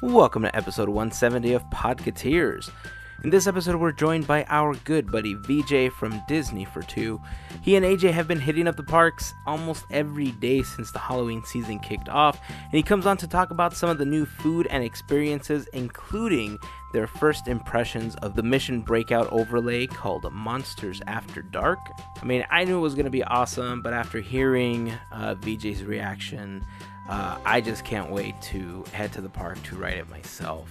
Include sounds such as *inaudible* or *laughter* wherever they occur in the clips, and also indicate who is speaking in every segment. Speaker 1: Welcome to episode 170 of Podketeers. In this episode, we're joined by our good buddy VJ from Disney for Two. He and AJ have been hitting up the parks almost every day since the Halloween season kicked off, and he comes on to talk about some of the new food and experiences, including their first impressions of the mission breakout overlay called Monsters After Dark. I mean, I knew it was going to be awesome, but after hearing uh, VJ's reaction, uh, I just can't wait to head to the park to ride it myself.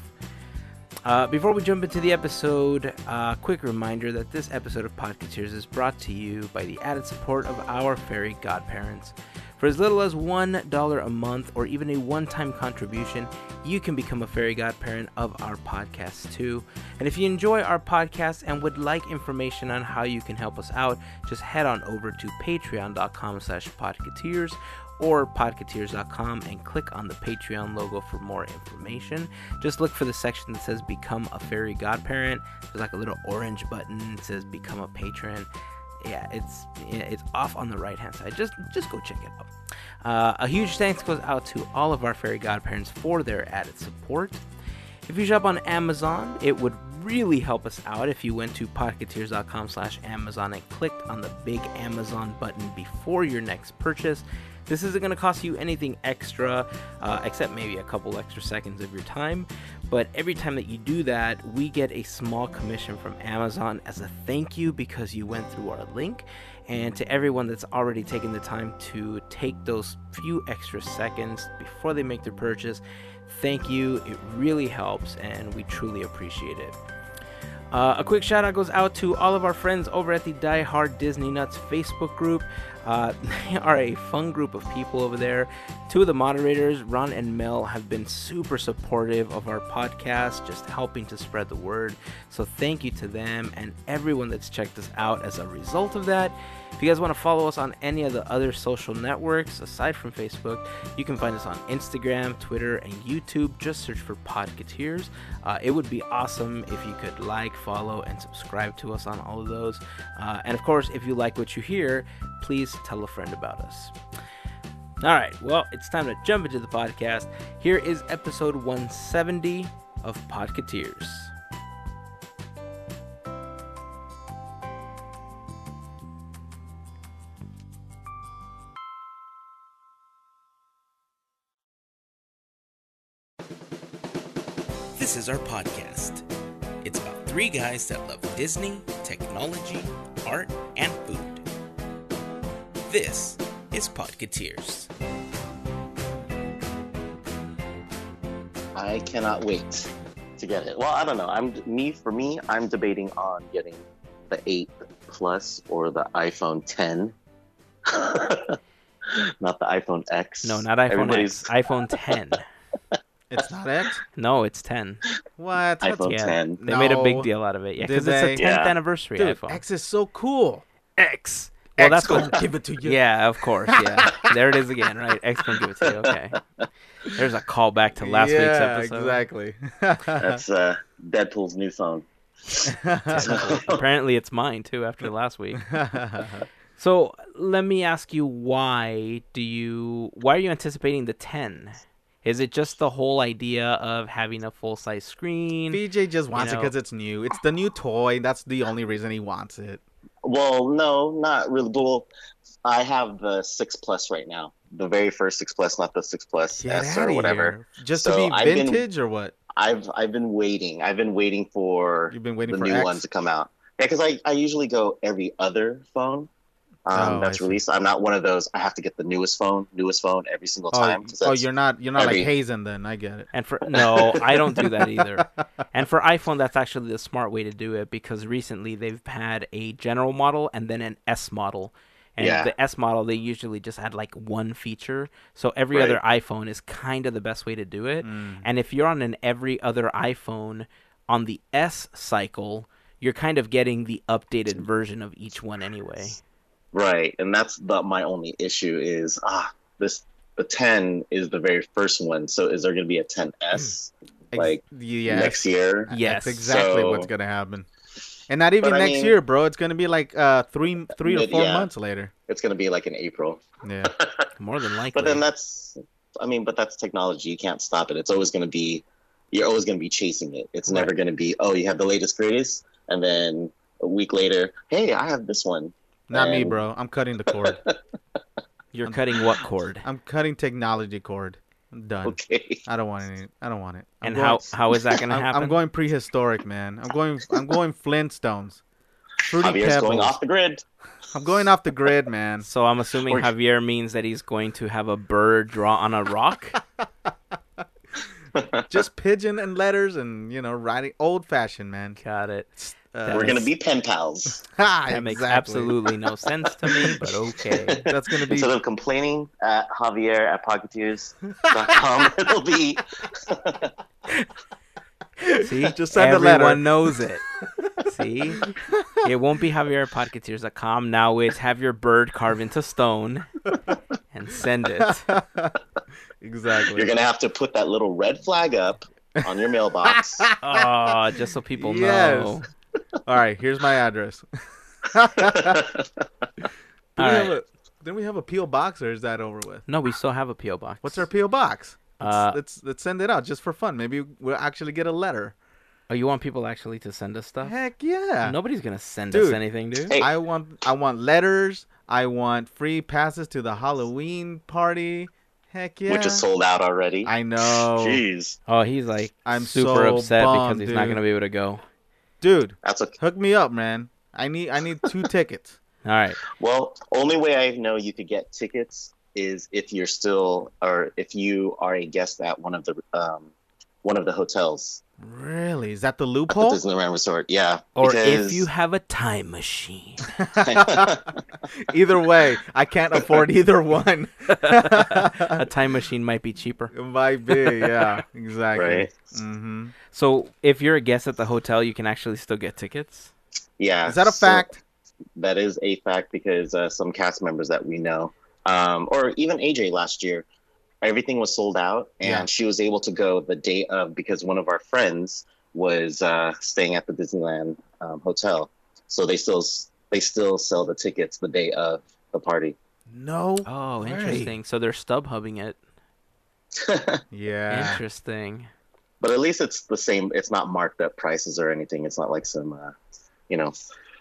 Speaker 1: Uh, before we jump into the episode, a quick reminder that this episode of Podcasteers is brought to you by the added support of our fairy godparents. For as little as $1 a month or even a one time contribution, you can become a fairy godparent of our podcast too. And if you enjoy our podcast and would like information on how you can help us out, just head on over to patreon.com slash podcateers or podcateers.com and click on the Patreon logo for more information. Just look for the section that says Become a Fairy Godparent. There's like a little orange button that says Become a Patron. Yeah, it's yeah, it's off on the right hand side. Just just go check it out. Uh, a huge thanks goes out to all of our fairy godparents for their added support. If you shop on Amazon, it would really help us out if you went to podcateers.com slash Amazon and clicked on the big Amazon button before your next purchase. This isn't going to cost you anything extra, uh, except maybe a couple extra seconds of your time. But every time that you do that, we get a small commission from Amazon as a thank you because you went through our link. And to everyone that's already taken the time to take those few extra seconds before they make their purchase, thank you. It really helps, and we truly appreciate it. Uh, a quick shout out goes out to all of our friends over at the Die Hard Disney Nuts Facebook group. Uh, *laughs* they are a fun group of people over there. Two of the moderators, Ron and Mel, have been super supportive of our podcast, just helping to spread the word. So thank you to them and everyone that's checked us out as a result of that. If you guys want to follow us on any of the other social networks aside from Facebook, you can find us on Instagram, Twitter, and YouTube. Just search for Podketeers. Uh, it would be awesome if you could like, follow, and subscribe to us on all of those. Uh, and of course, if you like what you hear, please tell a friend about us. All right, well, it's time to jump into the podcast. Here is episode 170 of Podketeers. This is our podcast. It's about three guys that love Disney, technology, art, and food. This is Podketeers.
Speaker 2: I cannot wait to get it. Well, I don't know. I'm me for me. I'm debating on getting the eight plus or the iPhone 10. *laughs* not the iPhone X.
Speaker 1: No, not iPhone
Speaker 2: Everybody's
Speaker 1: X.
Speaker 2: *laughs*
Speaker 1: iPhone 10.
Speaker 3: It's not X.
Speaker 1: no, it's 10.
Speaker 3: What? That's-
Speaker 2: iPhone
Speaker 1: yeah.
Speaker 2: 10.
Speaker 1: They made a big
Speaker 3: No.
Speaker 1: deal out of it. Yeah,
Speaker 3: Did
Speaker 1: because it's a 10th
Speaker 3: they?
Speaker 2: Yeah.
Speaker 1: anniversary
Speaker 3: Dude,
Speaker 1: iPhone.
Speaker 3: X is so cool.
Speaker 1: X. Well, that's
Speaker 3: gonna
Speaker 1: what.
Speaker 3: give it to
Speaker 2: *laughs*
Speaker 3: you.
Speaker 1: Yeah, of course.
Speaker 3: *laughs*
Speaker 1: Yeah, there it is again. Right, X gonna give it to you. Okay. There's a callback to last week's
Speaker 3: Yeah,
Speaker 1: episode.
Speaker 3: Exactly.
Speaker 2: That's
Speaker 1: Uh-huh.
Speaker 2: uh, Deadpool's new phone.
Speaker 3: *laughs*
Speaker 1: Apparently, it's mine too after last week. So let me ask you, why do you? Why are you anticipating the ten? Is it just the whole idea of having a full size screen?
Speaker 3: BJ just wants it
Speaker 1: know.
Speaker 3: 'cause it because it's new. It's the new toy. That's the only reason he wants it.
Speaker 2: Well, no, not really. Well, I have the six plus right now. The very first six plus, not the six plus
Speaker 3: Get
Speaker 2: S
Speaker 3: outta
Speaker 2: or whatever.
Speaker 3: here. Just
Speaker 2: So
Speaker 3: to be
Speaker 2: I've been-
Speaker 3: vintage or what?
Speaker 2: I've I've been waiting. I've been waiting for
Speaker 3: You've been waiting
Speaker 2: the
Speaker 3: for
Speaker 2: new
Speaker 3: X.
Speaker 2: one to come out. Yeah, because I, I usually go every other phone um,
Speaker 3: Oh, I
Speaker 2: that's
Speaker 3: see.
Speaker 2: released. I'm not one of those. I have to get the newest phone, newest phone every single
Speaker 3: Oh,
Speaker 2: time. 'cause
Speaker 3: oh,
Speaker 2: that's-
Speaker 3: you're not you're not
Speaker 2: every-
Speaker 3: like Hazen then. I get it.
Speaker 1: And for no, I don't do that either. And for iPhone, that's actually the smart way to do it because recently they've had a general model and then an S model. And
Speaker 2: Yeah.
Speaker 1: the S model, they usually just had like one feature. So every
Speaker 2: Right.
Speaker 1: other iPhone is kind of the best way to do it.
Speaker 3: Mm.
Speaker 1: And if you're on an every other iPhone on the S cycle, you're kind of getting the updated version of each one anyway.
Speaker 2: right, and that's the, my only issue is ah this the 10 is the very first one. So is there going to be a 10s
Speaker 3: Ex-
Speaker 2: like,
Speaker 3: yes.
Speaker 2: next year?
Speaker 1: Yes.
Speaker 3: That's exactly
Speaker 2: So-
Speaker 3: what's gonna happen. And not even
Speaker 2: But I
Speaker 3: next
Speaker 2: mean-
Speaker 3: year, bro. It's gonna be like uh three three or
Speaker 2: Mid-
Speaker 3: four
Speaker 2: yeah.
Speaker 3: months later.
Speaker 2: It's going to be like in April.
Speaker 3: Yeah.
Speaker 1: More than likely.
Speaker 2: But then that's I mean, but that's technology. You can't stop it. It's always going to be you're always going to be chasing it. It's never going to be, oh, you have the latest greatest, and then a week later, hey, I have this one.
Speaker 3: Not me,
Speaker 2: And-
Speaker 3: bro. I'm cutting the cord.
Speaker 1: You're
Speaker 3: I'm-
Speaker 1: cutting what cord?
Speaker 3: I'm cutting technology cord. I'm done.
Speaker 2: Okay,
Speaker 3: I don't want any. I don't want it. I'm
Speaker 1: and
Speaker 3: going-
Speaker 1: how how is that going to
Speaker 3: *laughs* I'm,
Speaker 1: happen?
Speaker 3: I'm going prehistoric, man. I'm going. I'm going Flintstones. Fruity
Speaker 2: Javier's
Speaker 3: Pebbles.
Speaker 2: going off the grid.
Speaker 3: I'm going off the grid, man.
Speaker 1: so I'm assuming
Speaker 2: Or-
Speaker 1: Javier means that he's going to have a bird draw on a
Speaker 3: *laughs*
Speaker 1: rock.
Speaker 3: Just pigeon and letters, and you know, writing old fashioned, man.
Speaker 1: Got it.
Speaker 3: Uh,
Speaker 1: That
Speaker 2: We're going
Speaker 3: *laughs*
Speaker 1: is-
Speaker 2: to be pen pals.
Speaker 3: ha,
Speaker 1: That makes
Speaker 3: exactly.
Speaker 1: absolutely no sense to me, but okay.
Speaker 3: *laughs* That's gonna be
Speaker 2: Instead of complaining at Javier at
Speaker 3: *laughs*
Speaker 2: Pocketeers.com, it'll be
Speaker 3: *laughs*
Speaker 1: See,
Speaker 3: Just send a
Speaker 1: everyone
Speaker 3: letter.
Speaker 1: knows it. See, it won't be Javier at podcasters.com. Now it's have your bird carved into stone and send it. *laughs*
Speaker 3: exactly.
Speaker 2: you're going to have to put that little red flag up on your
Speaker 3: *laughs*
Speaker 2: mailbox. *laughs*
Speaker 1: Oh, just so people
Speaker 3: Yes.
Speaker 1: know.
Speaker 3: All right, here's my address.
Speaker 1: All
Speaker 3: we
Speaker 1: right.
Speaker 3: have a, then we have a peel box, or is that over with?
Speaker 1: No, we still have a PO box.
Speaker 3: What's our peel box? Let's,
Speaker 1: Uh,
Speaker 3: let's let's send it out just for fun. Maybe we'll actually get a letter.
Speaker 1: oh, you want people actually to send us stuff?
Speaker 3: Heck yeah!
Speaker 1: Nobody's gonna send us
Speaker 3: Dude.
Speaker 1: anything, dude.
Speaker 2: Hey.
Speaker 3: I want I want letters. I want free passes to the Halloween party. Heck yeah!
Speaker 2: Which is sold out already.
Speaker 3: I know,
Speaker 2: Jeez,
Speaker 1: Oh, he's like
Speaker 3: I'm
Speaker 1: super
Speaker 3: so
Speaker 1: upset because
Speaker 3: bummed,
Speaker 1: he's not
Speaker 3: dude.
Speaker 1: gonna be able to go.
Speaker 3: dude.
Speaker 2: that's okay.
Speaker 3: Hook me up, man. I need I need
Speaker 2: *laughs*
Speaker 3: two tickets.
Speaker 1: All right.
Speaker 2: Well, only way I know you could get tickets is if you're still, or if you are a guest at one of the um, one of the hotels
Speaker 3: Really? Is that the
Speaker 2: at the
Speaker 3: loophole?
Speaker 2: Disneyland Resort. Yeah,
Speaker 1: Or if
Speaker 2: because- *laughs*
Speaker 1: you *laughs* have a time machine.
Speaker 3: *laughs* either way, I can't
Speaker 2: *laughs*
Speaker 3: afford either one.
Speaker 1: a time machine might be cheaper.
Speaker 3: It might be, yeah, exactly.
Speaker 2: Right.
Speaker 3: hmm
Speaker 1: So if you're a guest at the hotel, you can actually still get tickets.
Speaker 2: yeah,
Speaker 3: Is that a
Speaker 2: so
Speaker 3: fact?
Speaker 2: that is a fact because uh, some cast members that we know, um, or even AJ last year, everything was sold out, and
Speaker 3: Yeah.
Speaker 2: she was able to go the day of because one of our friends was uh, staying at the Disneyland um, hotel, so they still they still sell the tickets the day of the party.
Speaker 3: No.
Speaker 1: Oh,
Speaker 3: Right.
Speaker 1: interesting. So they're stub hubbing it.
Speaker 2: but
Speaker 3: Yeah. *laughs*
Speaker 1: Interesting.
Speaker 2: at least it's the same. It's not marked up prices or anything. It's not like some, uh, you know,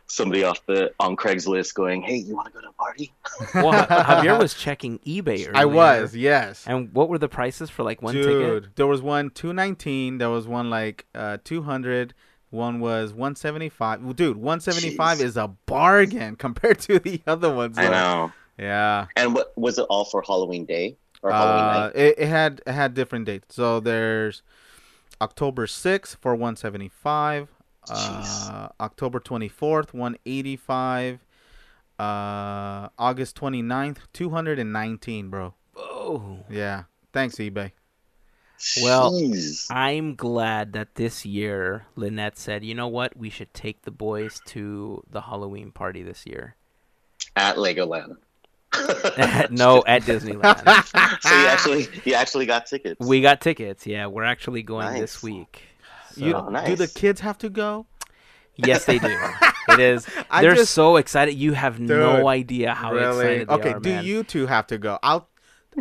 Speaker 2: somebody off the on Craigslist going, "Hey, you want to go to a party?"
Speaker 1: Well, Ja- Javier was checking eBay earlier.
Speaker 3: I was, yes.
Speaker 1: And what were the prices for like one
Speaker 3: Dude,
Speaker 1: ticket?
Speaker 3: there was one 219, there was one like uh 200, one was 175. Well, Dude, 175
Speaker 2: Jeez.
Speaker 3: is a bargain *laughs* compared to the other ones.
Speaker 2: I
Speaker 3: though.
Speaker 2: know.
Speaker 3: Yeah.
Speaker 2: And what was it all for Halloween Day or Halloween
Speaker 3: Uh,
Speaker 2: night?
Speaker 3: it, it had it had different dates. So there's October 6th for 175, uh,
Speaker 2: Jeez.
Speaker 3: October 24th 185, uh, August 29th 219, bro.
Speaker 1: Oh.
Speaker 3: Yeah. Thanks eBay.
Speaker 1: well,
Speaker 2: Jeez.
Speaker 1: I'm glad that this year Lynette said, you know what, we should take the boys to the Halloween party this
Speaker 3: *laughs*
Speaker 1: year. *laughs*
Speaker 2: at Legoland.
Speaker 1: no, at Disneyland.
Speaker 2: So you actually you actually got tickets.
Speaker 1: we got tickets. Yeah, we're actually going this
Speaker 2: Nice.
Speaker 1: week. So,
Speaker 3: You,
Speaker 2: Oh,
Speaker 3: Do the
Speaker 2: nice.
Speaker 3: kids have to go?
Speaker 1: yes, they
Speaker 3: *laughs*
Speaker 1: do. It is.
Speaker 3: I
Speaker 1: They're
Speaker 3: just-
Speaker 1: so excited. You have
Speaker 3: Dude,
Speaker 1: no idea how excited they
Speaker 3: okay,
Speaker 1: are,
Speaker 3: do
Speaker 1: man.
Speaker 3: you two have to go? I'll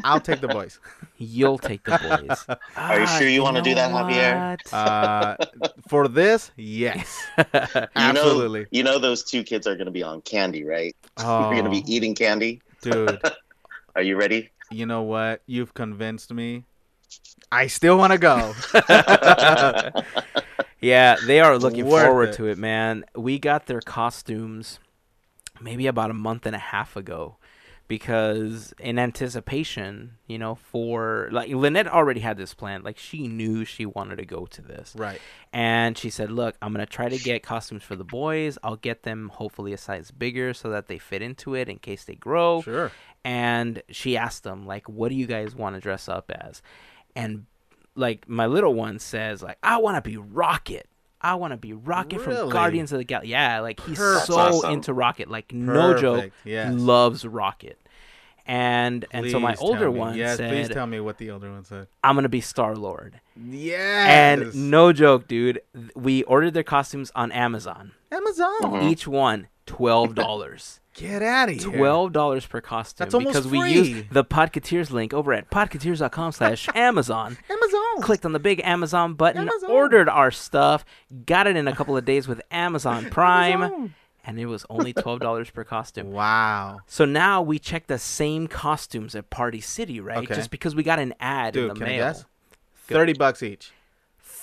Speaker 3: I'll take the
Speaker 1: *laughs*
Speaker 3: boys.
Speaker 1: You'll take the
Speaker 3: *laughs*
Speaker 1: boys.
Speaker 2: Are you
Speaker 1: Ah,
Speaker 2: sure you wanna do
Speaker 1: know
Speaker 2: that, Javier?
Speaker 1: what?
Speaker 3: Uh, for this, yes.
Speaker 2: You know-
Speaker 3: Absolutely.
Speaker 2: You know those two kids are going to be on candy, right?
Speaker 3: Oh,
Speaker 2: You're going to be eating candy.
Speaker 3: dude. *laughs*
Speaker 2: Are you ready?
Speaker 3: you know what? You've convinced me. I still want
Speaker 1: *laughs*
Speaker 3: to go.
Speaker 1: *laughs* yeah, they are looking
Speaker 3: Worth
Speaker 1: forward
Speaker 3: it.
Speaker 1: to it, man. We got their costumes maybe about a month and a half ago because in anticipation, you know, for like Lynette already had this plan. Like she knew she wanted to go to this.
Speaker 3: right.
Speaker 1: And she said, "Look, I'm going to try to get costumes for the boys. I'll get them hopefully a size bigger so that they fit into it in case they grow."
Speaker 3: Sure.
Speaker 1: and she asked them like what do you guys want to dress up as and like my little one says like i want to be rocket i want to be rocket from
Speaker 3: Really?
Speaker 1: guardians of the galaxy yeah like he's
Speaker 3: Perfect.
Speaker 1: so
Speaker 2: That's awesome.
Speaker 1: into rocket like no joke
Speaker 3: Perfect, yes.
Speaker 1: loves rocket and and so my
Speaker 3: Please tell
Speaker 1: older
Speaker 3: me.
Speaker 1: one
Speaker 3: yes, please
Speaker 1: said
Speaker 3: tell me what the older one said.
Speaker 1: i'm gonna be star lord
Speaker 3: Yes.
Speaker 1: and no joke dude th- we ordered their costumes on amazon
Speaker 3: Amazon.
Speaker 2: Mhm.
Speaker 1: each one twelve dollars.
Speaker 3: Get out of here.
Speaker 1: Twelve dollars per costume
Speaker 3: That's almost
Speaker 1: because we
Speaker 3: free.
Speaker 1: used the Podketeers link over at podketeers.com
Speaker 3: *laughs*
Speaker 1: slash Amazon.
Speaker 3: Amazon.
Speaker 1: Clicked on the big Amazon button,
Speaker 3: Amazon.
Speaker 1: ordered our stuff, got it in a couple of days with
Speaker 3: *laughs*
Speaker 1: Amazon Prime,
Speaker 3: Amazon.
Speaker 1: and it was
Speaker 3: *laughs*
Speaker 1: only twelve dollars per costume.
Speaker 3: Wow.
Speaker 1: So now we check the same costumes at Party City, right?
Speaker 3: Okay.
Speaker 1: Just because we got an ad in
Speaker 3: Dude,
Speaker 1: the
Speaker 3: can I
Speaker 1: mail.
Speaker 3: guess? Thirty bucks each.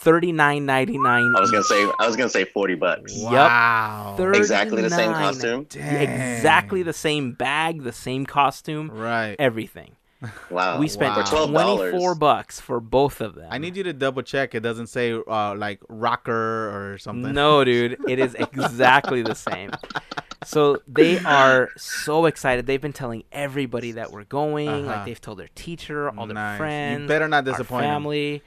Speaker 1: Thirty nine ninety nine.
Speaker 2: I was gonna say I was gonna say forty bucks.
Speaker 1: Yep.
Speaker 3: Wow.
Speaker 2: Exactly the same costume.
Speaker 3: Dang.
Speaker 1: Exactly the same bag, the same costume,
Speaker 3: Right.
Speaker 1: everything.
Speaker 2: Oh, Wow.
Speaker 1: We spent
Speaker 3: wow.
Speaker 2: For $12.
Speaker 1: twenty four bucks for both of them.
Speaker 3: I need you to double check. It doesn't say uh, like rocker or something.
Speaker 1: No, dude, it is exactly the same. So they are so excited. They've been telling everybody that we're going.
Speaker 3: Uh-huh.
Speaker 1: Like they've told their teacher, all their
Speaker 3: Nice. You
Speaker 1: friends,
Speaker 3: better not
Speaker 1: our
Speaker 3: disappoint 'em.
Speaker 1: family.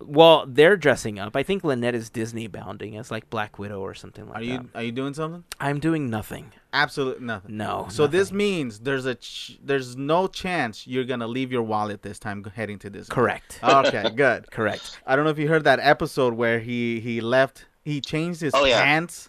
Speaker 1: Well, they're dressing up. I think Lynette is Disney bounding as like Black Widow or something like uh,
Speaker 3: Are you
Speaker 1: that.
Speaker 3: are you doing something?
Speaker 1: I'm doing nothing.
Speaker 3: Absolutely nothing.
Speaker 1: No.
Speaker 3: So this
Speaker 1: nothing.
Speaker 3: means there's a ch- there's no chance you're gonna leave your wallet this time heading to this.
Speaker 1: correct,
Speaker 3: Okay, good.
Speaker 1: correct.
Speaker 3: I don't know if you heard that episode where he he left. He changed his
Speaker 2: Oh, yeah.
Speaker 3: pants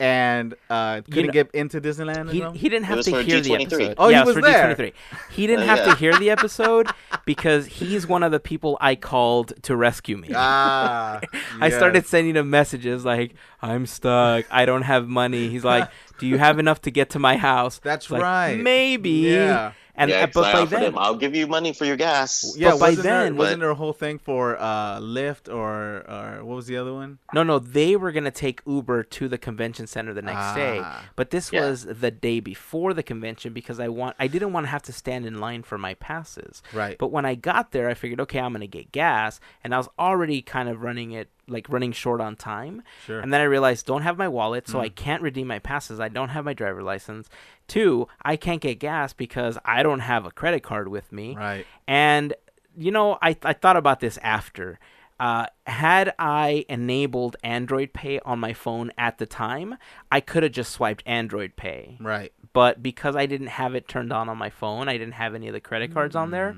Speaker 3: and uh, couldn't
Speaker 1: know-
Speaker 3: get into Disneyland.
Speaker 1: He,
Speaker 3: anymore?
Speaker 1: he didn't have
Speaker 2: was
Speaker 1: to
Speaker 2: for
Speaker 1: hear the
Speaker 2: G23.
Speaker 1: episode.
Speaker 3: Oh,
Speaker 1: yeah,
Speaker 3: he
Speaker 1: it
Speaker 3: was
Speaker 1: for
Speaker 3: there.
Speaker 1: G23. He didn't
Speaker 2: Oh,
Speaker 1: have
Speaker 2: yeah.
Speaker 1: to hear the episode because he's one of the people I called to rescue me.
Speaker 3: ah,
Speaker 1: *laughs* I
Speaker 3: yes.
Speaker 1: started sending him messages like, "I'm stuck. I don't have money." He's
Speaker 3: *laughs*
Speaker 1: like, "Do you have enough to get to my house?"
Speaker 3: That's
Speaker 1: It's like,
Speaker 3: right.
Speaker 1: Maybe.
Speaker 3: Yeah.
Speaker 1: And uh,
Speaker 2: yeah,
Speaker 1: but
Speaker 2: 'cause I
Speaker 1: by
Speaker 2: offered
Speaker 1: then,
Speaker 2: him, I'll give you money for your gas.
Speaker 3: Yeah,
Speaker 1: But by
Speaker 3: wasn't there,
Speaker 1: then-
Speaker 3: wasn't there a whole thing for uh, Lyft or or what was the other one?
Speaker 1: no, no, they were gonna take Uber to the convention center the next day.
Speaker 3: Ah.
Speaker 1: But this
Speaker 2: Yeah.
Speaker 1: was the day before the convention because I want I didn't want to have to stand in line for my passes.
Speaker 3: Right.
Speaker 1: But when I got there, I figured, okay, I'm gonna get gas, and I was already kind of running it like running short on time.
Speaker 3: Sure. Hmm.
Speaker 1: And then I realized, don't have my wallet, so I can't redeem my passes. I don't have my driver license. Two, I can't get gas because I don't have a credit card with me.
Speaker 3: right.
Speaker 1: And you know, I I thought about this after. Uh, had I enabled Android Pay on my phone at the time, I could have just swiped Android Pay
Speaker 3: Right.
Speaker 1: but because I didn't have it turned on on my phone, I didn't have any of the credit cards on there,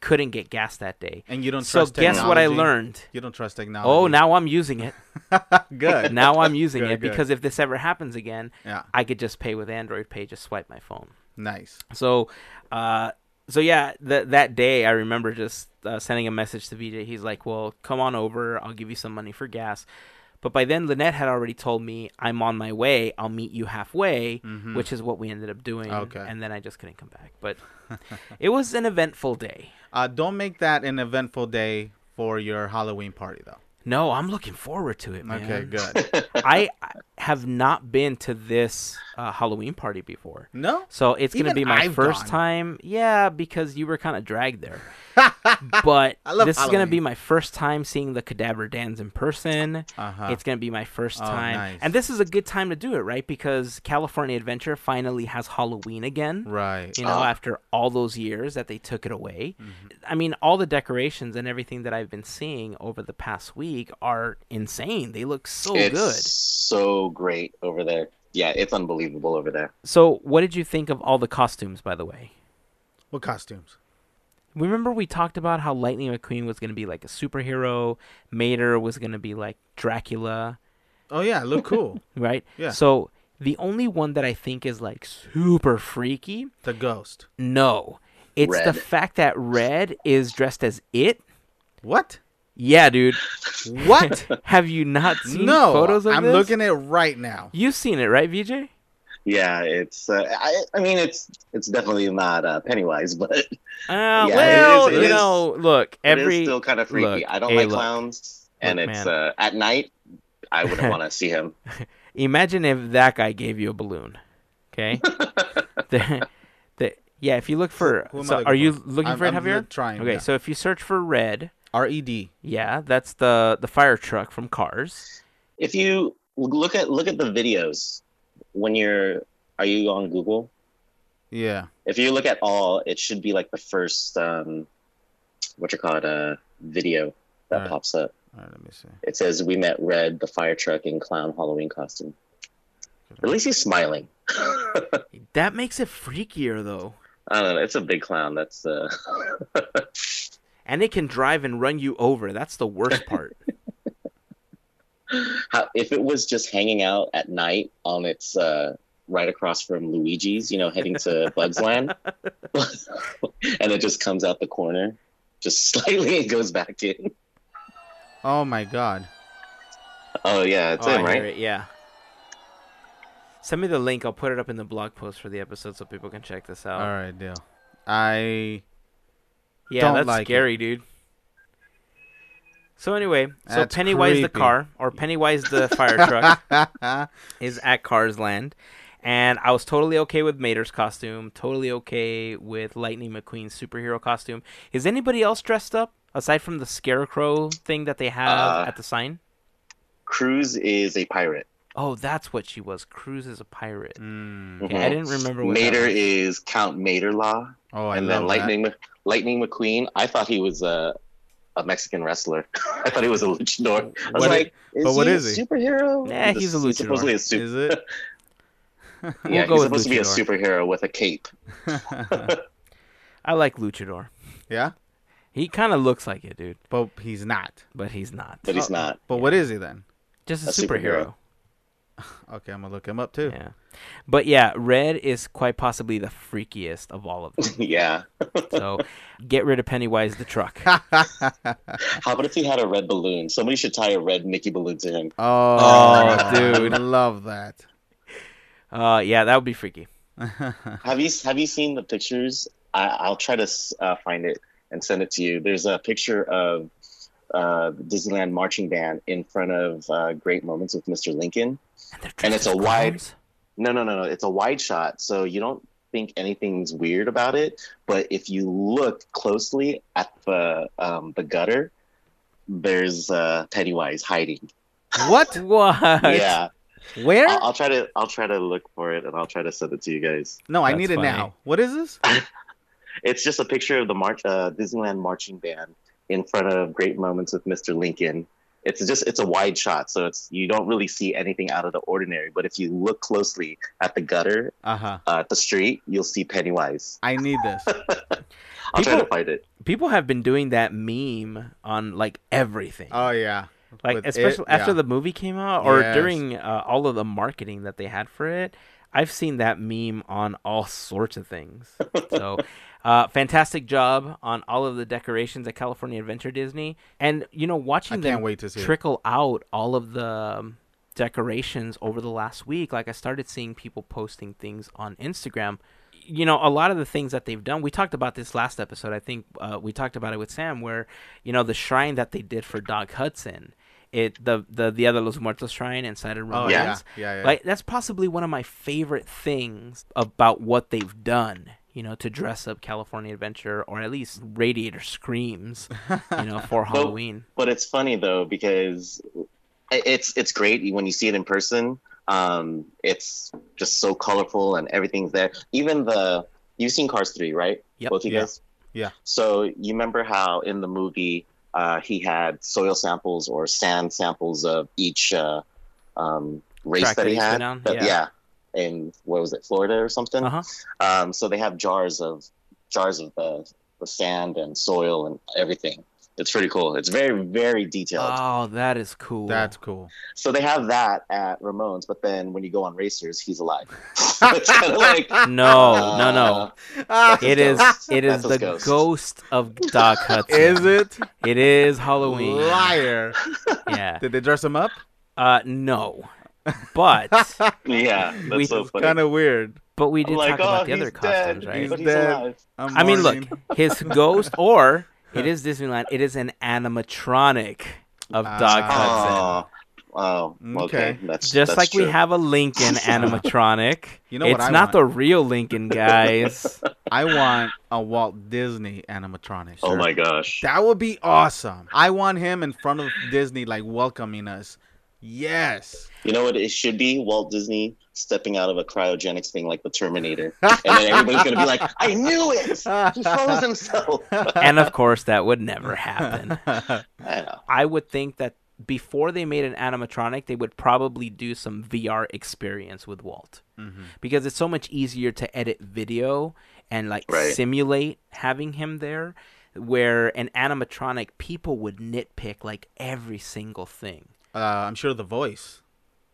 Speaker 1: couldn't get gas that day.
Speaker 3: And you Hmm. don't
Speaker 1: So
Speaker 3: trust
Speaker 1: guess what I
Speaker 3: technology?
Speaker 1: learned?
Speaker 3: You don't trust technology.
Speaker 1: Oh, now I'm using it.
Speaker 3: *laughs*
Speaker 1: *laughs*
Speaker 3: good.
Speaker 1: Now I'm using
Speaker 3: Good,
Speaker 1: it
Speaker 3: good.
Speaker 1: because if this ever happens again,
Speaker 3: Yeah.
Speaker 1: I could just pay with Android Pay, just swipe my phone.
Speaker 3: Nice.
Speaker 1: So, uh, so yeah, that that day I remember just uh, sending a message to VJ. He's like, "Well, come on over. I'll give you some money for gas." But by then, Lynette had already told me, "I'm on my way. I'll meet you halfway,"
Speaker 3: Mhm.
Speaker 1: which is what we ended up doing.
Speaker 3: Okay.
Speaker 1: And then I just couldn't come back.
Speaker 3: *laughs*
Speaker 1: But it was an eventful day.
Speaker 3: Uh, don't make that an eventful day for your Halloween party, though.
Speaker 1: No, I'm looking forward to it, man.
Speaker 3: Okay,
Speaker 1: *laughs*
Speaker 3: good.
Speaker 1: I I have not been to this uh, Halloween party before.
Speaker 3: No,
Speaker 1: So it's going to
Speaker 3: Even
Speaker 1: be my
Speaker 3: I've
Speaker 1: first
Speaker 3: gone.
Speaker 1: time. Yeah, because you were kind of dragged there.
Speaker 3: *laughs*
Speaker 1: but
Speaker 3: I love
Speaker 1: this is going to
Speaker 3: Halloween.
Speaker 1: be my first time seeing the Cadaver Dans in person.
Speaker 3: Uh-huh.
Speaker 1: It's going to be my first
Speaker 3: Oh,
Speaker 1: time.
Speaker 3: nice.
Speaker 1: And this is a good time to do it, right? Because California Adventure finally has Halloween again.
Speaker 3: right.
Speaker 1: You know,
Speaker 2: Oh.
Speaker 1: after all those years that they took it away.
Speaker 3: Mm-hmm.
Speaker 1: I mean, all the decorations and everything that I've been seeing over the past week are insane. They look so
Speaker 2: it's
Speaker 1: good.
Speaker 2: so great over there. Yeah, it's unbelievable over there.
Speaker 1: So, what did you think of all the costumes, by the way?
Speaker 3: What costumes?
Speaker 1: Remember we talked about how Lightning McQueen was going to be like a superhero, Mater was going to be like Dracula,
Speaker 3: Oh yeah,
Speaker 1: *laughs*
Speaker 3: look cool.
Speaker 1: right?
Speaker 3: Yeah.
Speaker 1: So the only one that I think is like super freaky,
Speaker 3: the ghost.
Speaker 1: no, it's the
Speaker 2: Red.
Speaker 1: fact that Red is dressed as it.
Speaker 3: What?
Speaker 1: Yeah, dude.
Speaker 3: What?
Speaker 2: *laughs*
Speaker 1: Have you not seen
Speaker 3: no.
Speaker 1: photos of
Speaker 3: I'm
Speaker 1: this?
Speaker 3: looking at it right now.
Speaker 1: You've seen it, right, Uh, VJ?
Speaker 2: Yeah, it's. Uh, I, I mean, it's it's definitely not uh, Pennywise, but it
Speaker 1: Uh,
Speaker 2: it
Speaker 1: well,
Speaker 2: is- it
Speaker 1: you
Speaker 2: is-
Speaker 1: know, look,
Speaker 2: is
Speaker 1: every
Speaker 2: still kind of freaky.
Speaker 1: look,
Speaker 2: I don't
Speaker 1: hey,
Speaker 2: like
Speaker 1: look.
Speaker 2: clowns, and
Speaker 1: Look,
Speaker 2: it's
Speaker 1: man.
Speaker 2: uh, at night.
Speaker 1: *laughs*
Speaker 2: I wouldn't want to see him.
Speaker 1: imagine if that guy gave you a balloon. Okay. the, the, yeah, if you look for,
Speaker 3: Who am I
Speaker 1: so
Speaker 3: looking
Speaker 1: are you
Speaker 3: for?
Speaker 1: looking
Speaker 3: I'm-
Speaker 1: for it,
Speaker 3: I'm
Speaker 1: Javier?
Speaker 3: trying,
Speaker 1: Okay,
Speaker 3: yeah.
Speaker 1: so if you search for red,
Speaker 3: R E D.
Speaker 1: yeah, that's the the fire truck from Cars.
Speaker 2: If you look at look at the videos when you're are you on Google?
Speaker 3: Yeah.
Speaker 2: If you look at all, it should be like the first um, what you call it uh, video that
Speaker 3: Alright.
Speaker 2: pops up.
Speaker 3: All right. Let me see.
Speaker 2: It says we met Red, the fire truck in clown Halloween costume. At least he's smiling.
Speaker 1: That makes it freakier though,
Speaker 2: I don't know. It's a big clown. That's uh, *laughs*
Speaker 1: and it can drive and run you over. That's the worst part.
Speaker 2: how, if it was just hanging out at night on its uh, right across from Luigi's, you know, heading
Speaker 1: *laughs*
Speaker 2: to Bugs Land, *laughs* and it just comes out the corner, just *laughs* slightly, and goes back in.
Speaker 3: Oh my god.
Speaker 2: Oh yeah, it's
Speaker 1: oh,
Speaker 2: in
Speaker 1: I
Speaker 2: right.
Speaker 1: hear it. Yeah. Send me the link. I'll put it up in the blog post for the episode so people can check this out.
Speaker 3: All right, deal. I *laughs*
Speaker 1: Yeah,
Speaker 3: Don't
Speaker 1: that's
Speaker 3: like it.
Speaker 1: scary, dude. So anyway, so
Speaker 3: That's
Speaker 1: Pennywise the
Speaker 3: creepy.
Speaker 1: car or Pennywise the fire
Speaker 3: *laughs*
Speaker 1: truck is at Cars Land, and I was totally okay with Mater's costume, totally okay with Lightning McQueen's superhero costume. Is anybody else dressed up aside from the scarecrow thing that they have
Speaker 2: Uh,
Speaker 1: at the sign?
Speaker 2: Cruz is a pirate.
Speaker 1: Oh, that's what she was. Cruz is a pirate.
Speaker 3: Mm.
Speaker 1: Okay, I didn't remember what that
Speaker 2: Mm-hmm. Mater
Speaker 1: was.
Speaker 2: is Count Materlaw,
Speaker 3: Oh, I
Speaker 2: and
Speaker 3: love
Speaker 2: then Lightning Mc- Lightning McQueen. I thought he was a a Mexican wrestler. *laughs* I thought he was a luchador. I was
Speaker 3: What i-
Speaker 2: like, is
Speaker 3: but what
Speaker 2: he
Speaker 3: is
Speaker 2: a
Speaker 3: he?
Speaker 2: superhero?
Speaker 1: Nah, he's a luchador.
Speaker 2: Supposedly a
Speaker 3: that.
Speaker 2: super.
Speaker 3: Is it?
Speaker 2: *laughs*
Speaker 1: We'll
Speaker 2: yeah,
Speaker 1: go
Speaker 2: he's
Speaker 1: with
Speaker 2: supposed to be a
Speaker 1: luchador.
Speaker 2: superhero with a cape.
Speaker 1: I like Luchador.
Speaker 3: yeah,
Speaker 1: He kind of looks like it, dude,
Speaker 3: but he's not.
Speaker 1: but he's not.
Speaker 2: But he's not.
Speaker 3: But what is he then?
Speaker 1: Just a,
Speaker 2: a superhero.
Speaker 1: superhero.
Speaker 3: Okay, I'm gonna look him up too.
Speaker 1: *laughs* Yeah. But yeah, red is quite possibly the freakiest of all of
Speaker 2: *laughs*
Speaker 1: them.
Speaker 2: yeah.
Speaker 1: so get rid of Pennywise the truck.
Speaker 2: How about if he had a red balloon? Somebody should tie a red Mickey balloon to him.
Speaker 3: oh,
Speaker 1: Oh, dude.
Speaker 3: dude, love that. *laughs*
Speaker 1: Uh, yeah, that would be freaky.
Speaker 2: Have you have you seen the pictures? I, I'll try to s- uh, find it and send it to you. There's a picture of uh, the Disneyland marching band in front of uh, Great Moments with Mr. Lincoln.
Speaker 1: And, they're
Speaker 2: And
Speaker 1: dressed
Speaker 2: it's
Speaker 1: as
Speaker 2: a wide-
Speaker 1: clowns?
Speaker 2: No, no, no, no. It's a wide shot, so you don't think anything's weird about it. But if you look closely at the um, the gutter, there's uh, Pennywise hiding. *laughs*
Speaker 3: what?
Speaker 1: What?
Speaker 2: yeah,
Speaker 3: Where? *laughs*
Speaker 2: I'll, I'll try to I'll try to look for it and I'll try to send it to you guys.
Speaker 3: no, I
Speaker 1: That's
Speaker 3: need it
Speaker 1: funny.
Speaker 3: now. What is this?
Speaker 2: It's just a picture of the march uh, Disneyland marching band in front of Great Moments with Mr. Lincoln. It's just it's a wide shot, so it's you don't really see anything out of the ordinary. But if you look closely at the gutter
Speaker 3: Uh
Speaker 1: Uh-huh.
Speaker 3: huh.
Speaker 2: uh, at the street, you'll see Pennywise.
Speaker 3: I need this.
Speaker 2: I'll try
Speaker 1: People-
Speaker 2: to find it.
Speaker 1: People have been doing that meme on like everything.
Speaker 3: Oh yeah.
Speaker 1: like
Speaker 3: with
Speaker 1: especially
Speaker 3: it,
Speaker 1: after
Speaker 3: yeah.
Speaker 1: the movie came out or
Speaker 3: Yes.
Speaker 1: during uh, all of the marketing that they had for it i've seen that meme on all sorts of things
Speaker 2: *laughs*
Speaker 1: so uh, fantastic job on all of the decorations at california adventure disney and you know
Speaker 3: I
Speaker 1: watching
Speaker 3: can't
Speaker 1: them
Speaker 3: wait to see it.
Speaker 1: trickle out all of the um, decorations over the last week like i started seeing people posting things on instagram you know a lot of the things that they've done we talked about this last episode i think uh, we talked about it with sam where you know the shrine that they did for doc hudson it the the Dia de los Muertos shrine inside of
Speaker 3: Oh
Speaker 1: Romance.
Speaker 3: yeah. Yeah. yeah.
Speaker 1: Like that's possibly one of my favorite things about what they've done, you know, to dress up California Adventure or at least Radiator Screams, you
Speaker 3: *laughs*
Speaker 1: know, for Halloween.
Speaker 2: But it's funny though because i- it's it's great when you see it in person. Um, it's just so colorful and everything's there. Even the you've seen Cars three, right?
Speaker 1: Yep.
Speaker 2: Both you
Speaker 3: Yeah.
Speaker 2: guys.
Speaker 3: Yeah.
Speaker 2: So you remember how in the movie uh, he had soil samples or sand samples of each uh, um, race
Speaker 1: Track
Speaker 2: that
Speaker 1: that
Speaker 2: he
Speaker 1: he's been
Speaker 2: had.
Speaker 1: on,
Speaker 2: But-
Speaker 1: yeah.
Speaker 2: yeah. In what was it, Florida or something?
Speaker 1: Uh-huh.
Speaker 2: Um, so they have jars of jars of the, the sand and soil and everything. It's pretty cool. It's very very detailed.
Speaker 1: Oh, that is cool.
Speaker 3: That's
Speaker 1: *laughs*
Speaker 3: cool.
Speaker 2: so they have that at Ramones, but then when you go on Racers, he's
Speaker 1: *laughs*
Speaker 2: alive. *laughs* So it's kinda like, uh,
Speaker 1: no, Oh, no, no.
Speaker 2: *laughs* that's his
Speaker 1: It is
Speaker 2: ghost.
Speaker 1: it is
Speaker 2: That's
Speaker 1: the
Speaker 2: his
Speaker 1: ghost.
Speaker 3: *laughs*
Speaker 1: of Doc Hudson.
Speaker 3: is it?
Speaker 1: It is Halloween.
Speaker 3: Liar.
Speaker 1: Yeah.
Speaker 3: Did they dress him up?
Speaker 1: Uh no. But
Speaker 2: Yeah, that's
Speaker 1: We-
Speaker 2: so funny.
Speaker 3: Kind of weird.
Speaker 1: but we
Speaker 2: *laughs* I'm
Speaker 1: did talk
Speaker 2: like,
Speaker 1: about
Speaker 2: oh,
Speaker 1: the other
Speaker 2: he's dead,
Speaker 1: costumes, right?
Speaker 2: But he's
Speaker 3: Dead.
Speaker 2: alive.
Speaker 3: I'm
Speaker 1: I mean, look,
Speaker 3: mourning.
Speaker 2: *laughs*
Speaker 1: his ghost, or it is Disneyland. It is an animatronic of Doc
Speaker 3: Ah.
Speaker 1: Hudson,
Speaker 2: Oh, oh, okay.
Speaker 3: Okay.
Speaker 2: That's
Speaker 1: just
Speaker 2: that's
Speaker 1: like we
Speaker 2: true.
Speaker 1: have a
Speaker 2: *laughs*
Speaker 1: Lincoln animatronic.
Speaker 3: You know
Speaker 1: it's
Speaker 3: what I
Speaker 1: not
Speaker 3: want?
Speaker 1: the real Lincoln, guys.
Speaker 3: *laughs* I want a Walt Disney animatronic.
Speaker 2: Oh
Speaker 3: sir.
Speaker 2: my gosh.
Speaker 3: That would be awesome. I want him in front of Disney, like welcoming us. Yes.
Speaker 2: You know what? It should be Walt Disney stepping out of a cryogenics thing like the Terminator, and then everybody's
Speaker 3: *laughs*
Speaker 2: gonna be like, "I knew it! He froze himself." *laughs*
Speaker 1: and of course, that would never happen.
Speaker 2: I know.
Speaker 1: I would think that before they made an animatronic, they would probably do some VR experience with Walt.
Speaker 3: Mhm.
Speaker 1: because it's so much easier to edit video and like
Speaker 2: Right.
Speaker 1: simulate having him there where an animatronic people would nitpick like every single thing
Speaker 3: Uh, I'm sure the voice.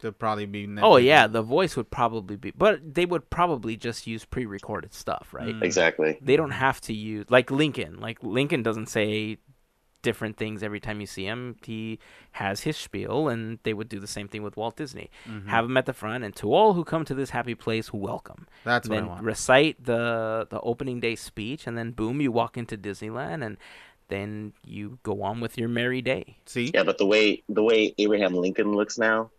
Speaker 3: to probably be.
Speaker 1: Oh
Speaker 3: nitpicking.
Speaker 1: yeah, the voice would probably be, but they would probably just use pre-recorded stuff, right?
Speaker 3: Mm.
Speaker 2: Exactly.
Speaker 1: They don't have to use like Lincoln. Like Lincoln doesn't say different things every time you see him. He has his spiel, and they would do the same thing with Walt Disney.
Speaker 3: Mhm.
Speaker 1: Have him at the front, and to all who come to this happy place, welcome.
Speaker 3: That's what I
Speaker 1: then
Speaker 3: want.
Speaker 1: recite the the opening day speech, and then boom, you walk into Disneyland, and then you go on with your merry day.
Speaker 3: See,
Speaker 2: Yeah, but the way the way Abraham Lincoln looks now,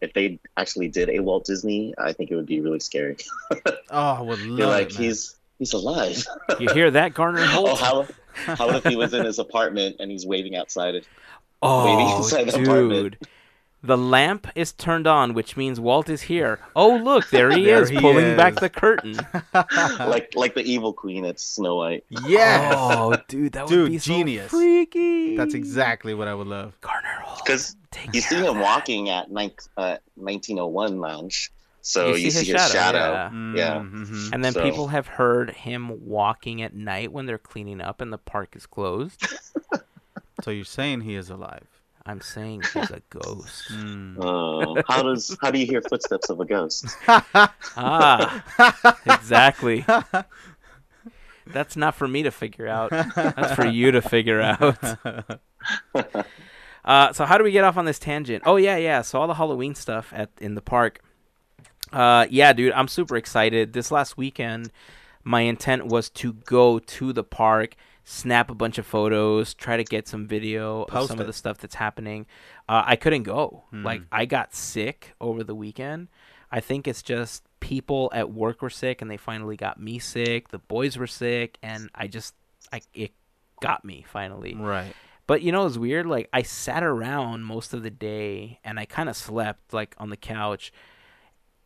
Speaker 2: if they actually did a Walt Disney, I think it would be really scary. *laughs*
Speaker 3: oh, I would
Speaker 2: They're
Speaker 3: love
Speaker 2: like
Speaker 3: it, man. *laughs*
Speaker 2: he's he's alive.
Speaker 1: You hear that,
Speaker 2: *laughs*
Speaker 1: Garner
Speaker 2: oh,
Speaker 1: Holt?
Speaker 2: how how if he was in his apartment and he's waving outside? It, waiting
Speaker 1: Oh,
Speaker 2: inside the apartment.
Speaker 1: dude. The lamp is turned on, which means Walt is here. Oh, look, there he
Speaker 3: There
Speaker 1: is,
Speaker 3: he
Speaker 1: pulling back
Speaker 3: is.
Speaker 1: the curtain.
Speaker 2: like like the evil queen at Snow White.
Speaker 3: yes,
Speaker 1: Oh, dude, that
Speaker 3: Dude,
Speaker 1: would be
Speaker 3: genius.
Speaker 1: so freaky.
Speaker 3: that's exactly what I would love.
Speaker 1: Garner Holt.
Speaker 2: Because
Speaker 1: take
Speaker 2: you see
Speaker 1: care of *laughs*
Speaker 2: him
Speaker 1: that.
Speaker 2: walking at nine, uh, 1901 lounge, so
Speaker 1: You see his
Speaker 2: his
Speaker 1: shadow,
Speaker 2: shadow.
Speaker 1: yeah.
Speaker 2: Yeah.
Speaker 3: mhm.
Speaker 1: And then
Speaker 2: So-
Speaker 1: people have heard him walking at night when they're cleaning up and the park is closed.
Speaker 3: So you're saying he is alive?
Speaker 1: I'm saying he's a
Speaker 3: *laughs*
Speaker 1: ghost.
Speaker 3: Mm.
Speaker 2: Oh, how does how do you hear footsteps of a ghost?
Speaker 1: ah,
Speaker 3: Mm.
Speaker 2: *laughs*
Speaker 3: *laughs*
Speaker 1: exactly. That's not for me to figure out. That's for you to figure out. Uh, so how do we get off on this tangent? Oh yeah, yeah. So all the Halloween stuff at in the park. Uh, yeah, dude, I'm super excited. This last weekend, my intent was to go to the park, snap a bunch of photos, try to get some video of
Speaker 3: Post
Speaker 1: some
Speaker 3: it.
Speaker 1: of the stuff that's happening. Uh, I couldn't go.
Speaker 3: Hmm.
Speaker 1: Like I got sick over the weekend. I think it's just people at work were sick, and they finally got me sick. The boys were sick, and I just, I it got me *laughs* finally.
Speaker 3: right.
Speaker 1: But you know, it's weird. Like I sat around most of the day, and I kind of slept like on the couch,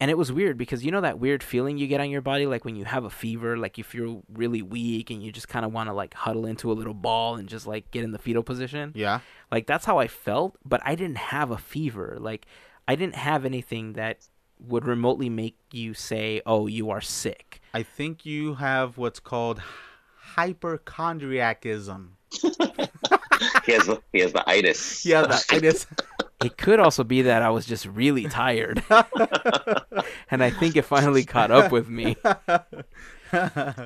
Speaker 1: and it was weird because you know that weird feeling you get on your body, like when you have a fever, like you feel really weak, and you just kind of want to like huddle into a little ball and just like get in the fetal position.
Speaker 3: Yeah.
Speaker 1: Like that's how I felt, but I didn't have a fever. Like I didn't have anything that would remotely make you say, "Oh, you are sick."
Speaker 3: I think you have what's called hyperchondriacism.
Speaker 2: He has the, he has the itis.
Speaker 3: *laughs* Yeah, that, I just
Speaker 1: It could also be that I was just really tired. *laughs* and I think it finally caught up with me.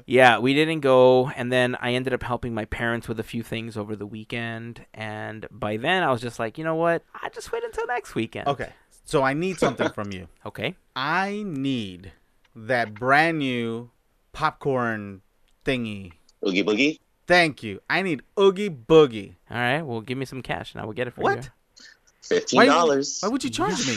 Speaker 1: Yeah, we didn't go. And then I ended up helping my parents with a few things over the weekend. And by then I was just like, you know what? I just wait until next weekend.
Speaker 3: okay. So I need something from you.
Speaker 1: Okay.
Speaker 3: I need that brand new popcorn thingy.
Speaker 2: Oogie boogie.
Speaker 3: Thank you. I need Oogie Boogie.
Speaker 1: All right. Well, give me some cash and I will get it for
Speaker 3: What?
Speaker 1: you.
Speaker 2: Fifteen dollars.
Speaker 3: Why would you charge me?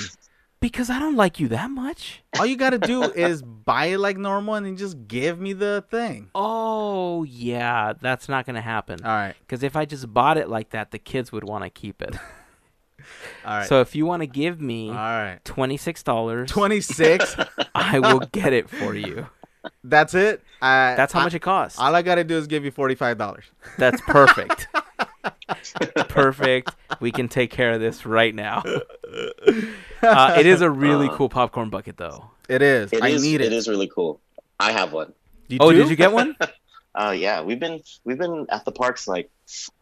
Speaker 1: Because I don't like you that much.
Speaker 3: All you gotta do is buy it like normal and then just give me the thing.
Speaker 1: Oh, yeah. That's not going to happen.
Speaker 3: All right.
Speaker 1: Because Uh, if I just bought it like that, the kids would want to keep it.
Speaker 3: All right.
Speaker 1: So if you want to give me
Speaker 3: All right.
Speaker 1: $26.
Speaker 3: Twenty six.
Speaker 1: I will get it for you.
Speaker 3: *laughs* That's it. I,
Speaker 1: That's how
Speaker 3: I-
Speaker 1: much it costs.
Speaker 3: All I gotta do is give you forty five dollars.
Speaker 1: That's perfect. *laughs* perfect. We can take care of this right now. *laughs* Uh, it is a really cool popcorn bucket, though.
Speaker 3: *laughs* It is.
Speaker 2: It
Speaker 3: I
Speaker 2: is-
Speaker 3: need it.
Speaker 2: It is really cool. I have one.
Speaker 1: oh,
Speaker 3: do?
Speaker 1: did you get one?
Speaker 2: Uh, yeah, we've been we've been at the parks like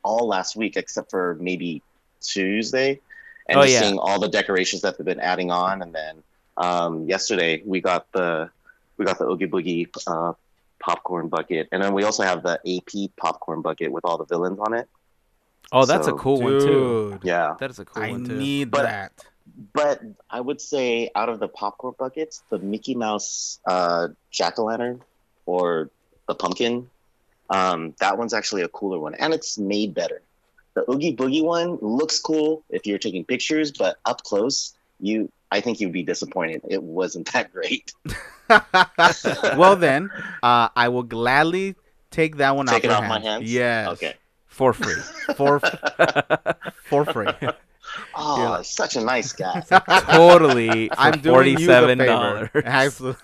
Speaker 2: all last week except for maybe Tuesday, and
Speaker 1: Oh,
Speaker 2: just
Speaker 1: yeah.
Speaker 2: seeing all the decorations that they've been adding on. And then um, yesterday we got the we got the Oogie Boogie uh, popcorn bucket, and then we also have the AP popcorn bucket with all the villains on it.
Speaker 1: Oh, that's a
Speaker 2: So,
Speaker 1: cool one too.
Speaker 3: Dude,
Speaker 2: Yeah,
Speaker 1: That is a cool
Speaker 3: I
Speaker 1: one too.
Speaker 3: need
Speaker 2: But-
Speaker 3: that.
Speaker 2: but I would say out of the popcorn buckets, the Mickey Mouse uh, jack o' lantern or the pumpkin, um, that one's actually a cooler one, and it's made better. The Oogie Boogie one looks cool if you're taking pictures, but up close, you I think you'd be disappointed. It wasn't that great. *laughs*
Speaker 3: well then, uh, I will gladly take that one
Speaker 2: Take
Speaker 3: off
Speaker 2: it
Speaker 3: your
Speaker 2: off my
Speaker 3: hands.
Speaker 2: hands?
Speaker 3: Yes.
Speaker 2: Okay.
Speaker 1: For free.
Speaker 3: For
Speaker 1: *laughs*
Speaker 3: for free.
Speaker 2: Oh,
Speaker 1: You're like-
Speaker 2: such a nice guy.
Speaker 1: Totally. For
Speaker 3: *laughs* I'm doing you the
Speaker 1: forty-seven
Speaker 3: favor.
Speaker 1: dollars.
Speaker 3: Absolutely.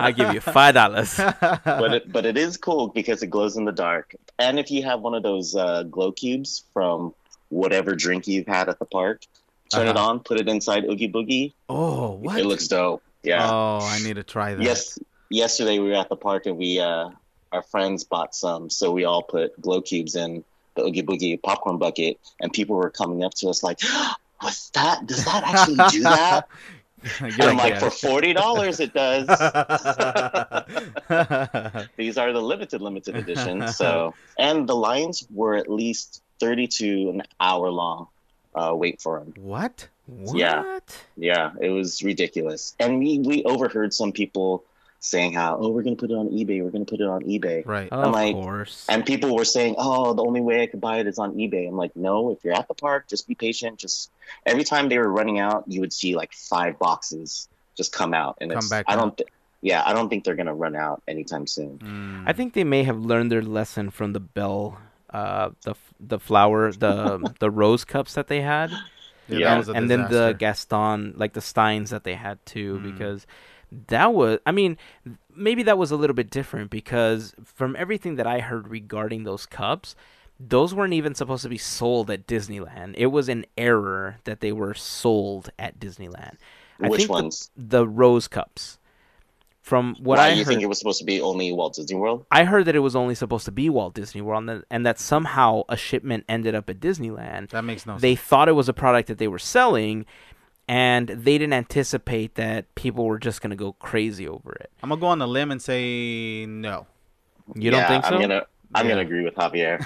Speaker 1: I give you five
Speaker 3: *laughs*
Speaker 1: dollars.
Speaker 2: but it, but it is cool because it glows in the dark. And if you have one of those uh, glow cubes from whatever drink you've had at the park, turn it
Speaker 3: Uh-huh.
Speaker 2: on, put it inside Oogie Boogie.
Speaker 3: oh, what?
Speaker 2: It looks dope. Yeah.
Speaker 3: Oh, I need to try that. *laughs*
Speaker 2: yes. Yesterday we were at the park and we uh, our friends bought some, so we all put glow cubes in the Oogie Boogie popcorn bucket, and people were coming up to us like. *gasps* what's that? Does that actually do that?
Speaker 3: *laughs* You're
Speaker 2: And I'm like,
Speaker 3: "Yes."
Speaker 2: for forty dollars, it
Speaker 3: *laughs*
Speaker 2: does. *laughs* These are the limited, limited edition. So, and the lines were at least thirty-two an hour long. Uh, wait for them.
Speaker 3: what?
Speaker 1: What?
Speaker 2: Yeah. Yeah, it was ridiculous. And we we overheard some people saying how, oh, we're gonna put it on eBay. We're gonna put it on eBay.
Speaker 3: Right.
Speaker 1: Of
Speaker 2: like-
Speaker 1: course.
Speaker 2: And people were saying, "Oh, the only way I could buy it is on eBay." I'm like, "No, if you're at the park, just be patient. Just every time they were running out, you would see like five boxes just come out, and
Speaker 3: Come
Speaker 2: it's,
Speaker 3: back
Speaker 2: I
Speaker 3: out.
Speaker 2: don't, thi- yeah, I don't think they're gonna run out anytime soon.
Speaker 3: Mm.
Speaker 1: I think they may have learned their lesson from the bell, uh, the f- the flower, the the rose cups that they had,
Speaker 3: Yeah,
Speaker 2: Yeah.
Speaker 3: that
Speaker 1: and,
Speaker 3: was a
Speaker 1: and then the
Speaker 3: disaster.
Speaker 1: Gaston, like the steins that they had too,
Speaker 3: Mm.
Speaker 1: because that was. I mean, maybe that was a little bit different because from everything that I heard regarding those cups. Those weren't even supposed to be sold at Disneyland. It was an error that they were sold at Disneyland. I
Speaker 2: Which
Speaker 1: think the-
Speaker 2: ones?
Speaker 1: The rose cups. From what
Speaker 2: Why
Speaker 1: I
Speaker 2: do you
Speaker 1: heard,
Speaker 2: think it was supposed to be only Walt Disney World?
Speaker 1: I heard that it was only supposed to be Walt Disney World, and that, and that somehow a shipment ended up at Disneyland.
Speaker 3: that makes no sense.
Speaker 1: They thought it was a product that they were selling, and they didn't anticipate that people were just going to go crazy over it.
Speaker 3: I'm gonna go on a limb and say no.
Speaker 1: You
Speaker 2: Yeah,
Speaker 1: don't think so?
Speaker 2: I'm gonna, I'm
Speaker 3: Yeah.
Speaker 2: gonna agree with Javier.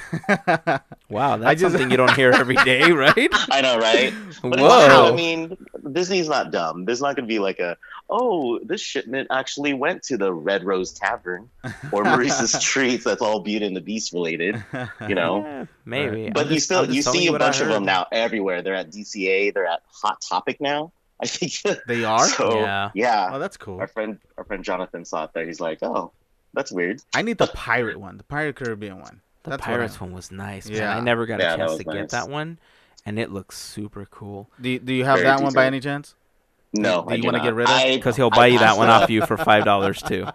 Speaker 1: Wow,
Speaker 3: I
Speaker 1: that's
Speaker 3: just-
Speaker 1: something you don't hear every day, *laughs* right?
Speaker 2: *laughs* I know, right?
Speaker 1: *laughs*
Speaker 2: But it's not, I
Speaker 1: Whoa.
Speaker 2: mean, Disney's not dumb. There's not gonna be like a, oh, this shipment actually went to the Red Rose Tavern
Speaker 1: *laughs*
Speaker 2: or Maurice's Treats. That's all Beauty and the Beast related. *laughs* You know.
Speaker 1: Yeah, maybe.
Speaker 2: But
Speaker 1: I'm
Speaker 2: you
Speaker 1: just-
Speaker 2: still
Speaker 1: I'm just
Speaker 2: you
Speaker 1: telling
Speaker 2: see a
Speaker 1: what I
Speaker 2: bunch of
Speaker 1: heard.
Speaker 2: them now everywhere. They're at DCA. They're at Hot Topic now. *laughs*
Speaker 1: *laughs*
Speaker 2: I think.
Speaker 3: *laughs* They are.
Speaker 2: So,
Speaker 1: Yeah.
Speaker 2: yeah.
Speaker 3: oh, that's cool.
Speaker 2: Our friend our friend Jonathan saw it there. He's like, oh, that's weird.
Speaker 3: I need the pirate one, the pirate Caribbean one.
Speaker 1: The
Speaker 3: That's what I
Speaker 1: Pirates
Speaker 3: want.
Speaker 1: one was nice. Man.
Speaker 3: Yeah.
Speaker 1: I never got
Speaker 2: Yeah,
Speaker 1: a
Speaker 2: that
Speaker 1: chance
Speaker 2: was
Speaker 1: to
Speaker 2: nice.
Speaker 1: get that one, and it looks super cool.
Speaker 3: Do you, do you have
Speaker 2: Very
Speaker 3: that one by
Speaker 2: detailed.
Speaker 3: any chance?
Speaker 2: No,
Speaker 3: Do
Speaker 2: I
Speaker 3: you
Speaker 2: do
Speaker 3: wanna
Speaker 2: not.
Speaker 3: get rid of-
Speaker 2: I-
Speaker 1: Because he'll
Speaker 2: I
Speaker 1: buy you that
Speaker 2: passed
Speaker 1: one
Speaker 2: up.
Speaker 1: off you for
Speaker 2: *laughs*
Speaker 1: $5 too.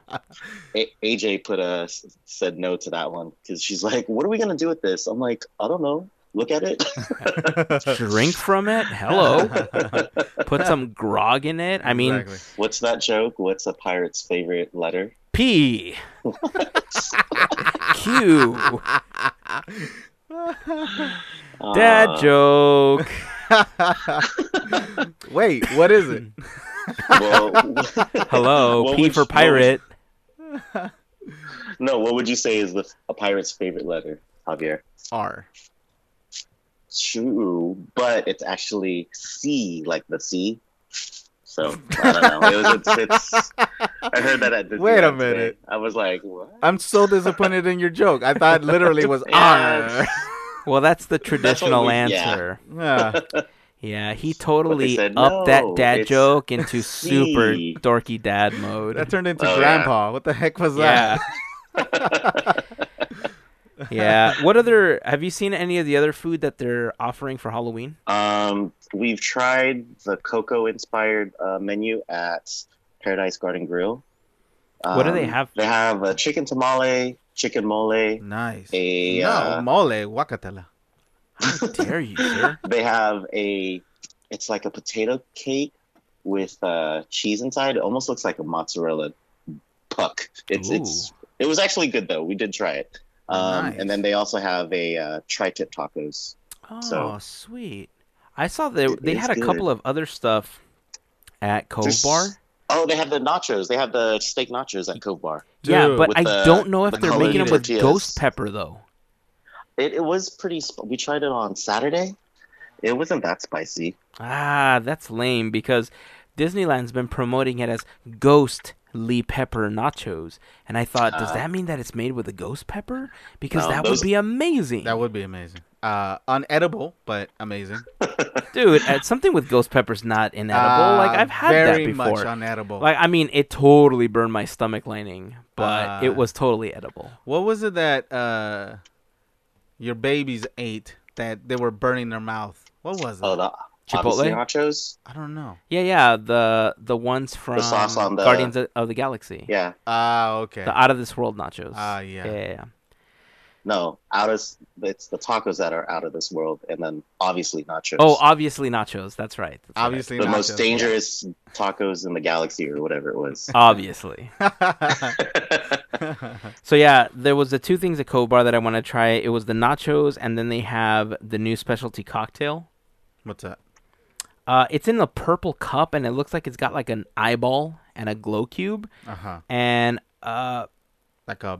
Speaker 2: A- AJ put a said no to that one because she's like, what are we gonna do with this? I'm like, I don't know. Look at it. *laughs*
Speaker 1: drink from it. Hello. Put some grog in it. I mean,
Speaker 3: Exactly.
Speaker 2: What's that joke? What's a pirate's favorite letter?
Speaker 1: P. Q. Dad
Speaker 2: Uh,
Speaker 1: joke.
Speaker 3: *laughs* Wait, what
Speaker 2: *laughs*
Speaker 3: is it?
Speaker 2: well-
Speaker 3: *laughs*
Speaker 2: *laughs*
Speaker 1: Hello.
Speaker 2: What
Speaker 1: P
Speaker 2: would-
Speaker 1: for
Speaker 2: what would-
Speaker 1: pirate.
Speaker 2: no, what would you say is the a pirate's favorite letter, Javier?
Speaker 3: R.
Speaker 2: True, but it's actually C, like the C. So I don't know. It was, it's, it's, I heard that at Disneyland
Speaker 3: *laughs* Wait a
Speaker 2: today.
Speaker 3: minute.
Speaker 2: I was like, what?
Speaker 3: I'm so disappointed in your joke. I thought it
Speaker 2: *laughs*
Speaker 3: literally was
Speaker 2: Yeah.
Speaker 3: R. *laughs*
Speaker 1: Well, that's
Speaker 2: *laughs*
Speaker 1: the traditional
Speaker 2: we- yeah.
Speaker 1: answer.
Speaker 3: Yeah.
Speaker 1: Yeah, he totally
Speaker 2: said,
Speaker 1: upped that
Speaker 2: "No,
Speaker 1: dad
Speaker 2: it's
Speaker 1: joke into super
Speaker 2: *laughs* C."
Speaker 1: dorky dad mode. *laughs*
Speaker 3: That turned into
Speaker 2: Oh, yeah.
Speaker 3: grandpa. What the heck was
Speaker 1: yeah.
Speaker 3: that?
Speaker 1: yeah. What other have you seen any of the other food that they're offering for Halloween?
Speaker 2: Um, we've tried the cocoa-inspired uh, menu at Paradise Garden Grill.
Speaker 1: What do they
Speaker 2: Um,
Speaker 1: have?
Speaker 2: They have a chicken tamale, chicken mole,
Speaker 3: Nice.
Speaker 2: a
Speaker 3: No,
Speaker 2: uh,
Speaker 3: mole, guacatela.
Speaker 2: *laughs*
Speaker 1: How dare you, sir?
Speaker 2: they have a it's like a potato cake with uh, cheese inside. It almost looks like a mozzarella puck. It's it's it was actually good though. We did try it. Um,
Speaker 3: Nice.
Speaker 2: And then they also have a uh, tri-tip tacos.
Speaker 1: Oh,
Speaker 2: So-
Speaker 1: sweet. I saw they
Speaker 2: It
Speaker 1: they
Speaker 2: is
Speaker 1: had a
Speaker 2: good.
Speaker 1: couple of other stuff at Cove
Speaker 2: There's-
Speaker 1: Bar.
Speaker 2: Oh, they have the nachos. They have the steak nachos at Cove Bar.
Speaker 1: yeah,
Speaker 3: Dude,
Speaker 1: but
Speaker 2: with
Speaker 1: I
Speaker 2: the-
Speaker 1: don't know if
Speaker 2: with
Speaker 1: they're
Speaker 3: colored
Speaker 1: making them with
Speaker 2: tortillas.
Speaker 1: ghost pepper though.
Speaker 2: It, it was pretty. Sp- we tried it on Saturday. It wasn't that spicy.
Speaker 1: Ah, that's lame because Disneyland's been promoting it as ghostly pepper nachos, and I thought, does
Speaker 2: Uh,
Speaker 1: that mean that it's made with a ghost pepper? Because
Speaker 2: no,
Speaker 1: that
Speaker 2: those-
Speaker 1: would be amazing,
Speaker 3: That would be amazing. Uh, unedible, but amazing.
Speaker 1: dude. uh, Something with ghost pepper's not inedible. like
Speaker 3: Uh,
Speaker 1: I've had that
Speaker 3: very
Speaker 1: before.
Speaker 3: much unedible.
Speaker 1: like I mean, it totally burned my stomach lining, but
Speaker 3: Uh,
Speaker 1: it was totally edible.
Speaker 3: What was it that uh your babies ate that they were burning their mouth? What was it?
Speaker 2: Oh, the
Speaker 1: Chipotle.
Speaker 2: obviously nachos.
Speaker 3: I don't know.
Speaker 1: Yeah, yeah, the the ones from
Speaker 2: sauce on the-
Speaker 1: Guardians of, of the Galaxy.
Speaker 2: Yeah.
Speaker 3: Ah, okay.
Speaker 1: The out of this world nachos.
Speaker 3: Ah,
Speaker 1: yeah.
Speaker 3: yeah.
Speaker 1: Yeah, yeah.
Speaker 2: No, out of it's the tacos that are out of this world, and then obviously nachos.
Speaker 1: Oh, obviously nachos. That's right. that's right.
Speaker 3: Obviously,
Speaker 2: the
Speaker 3: nachos.
Speaker 2: most dangerous tacos in the galaxy or whatever it was.
Speaker 1: Obviously. So yeah, there was the two things at Cove Bar that I want to try. It was the nachos, and then they have the new specialty cocktail.
Speaker 3: *laughs* What's that?
Speaker 1: Uh, it's in a purple cup, and it looks like it's got like an eyeball and a glow cube,
Speaker 3: Uh huh.
Speaker 1: and uh,
Speaker 3: Like a,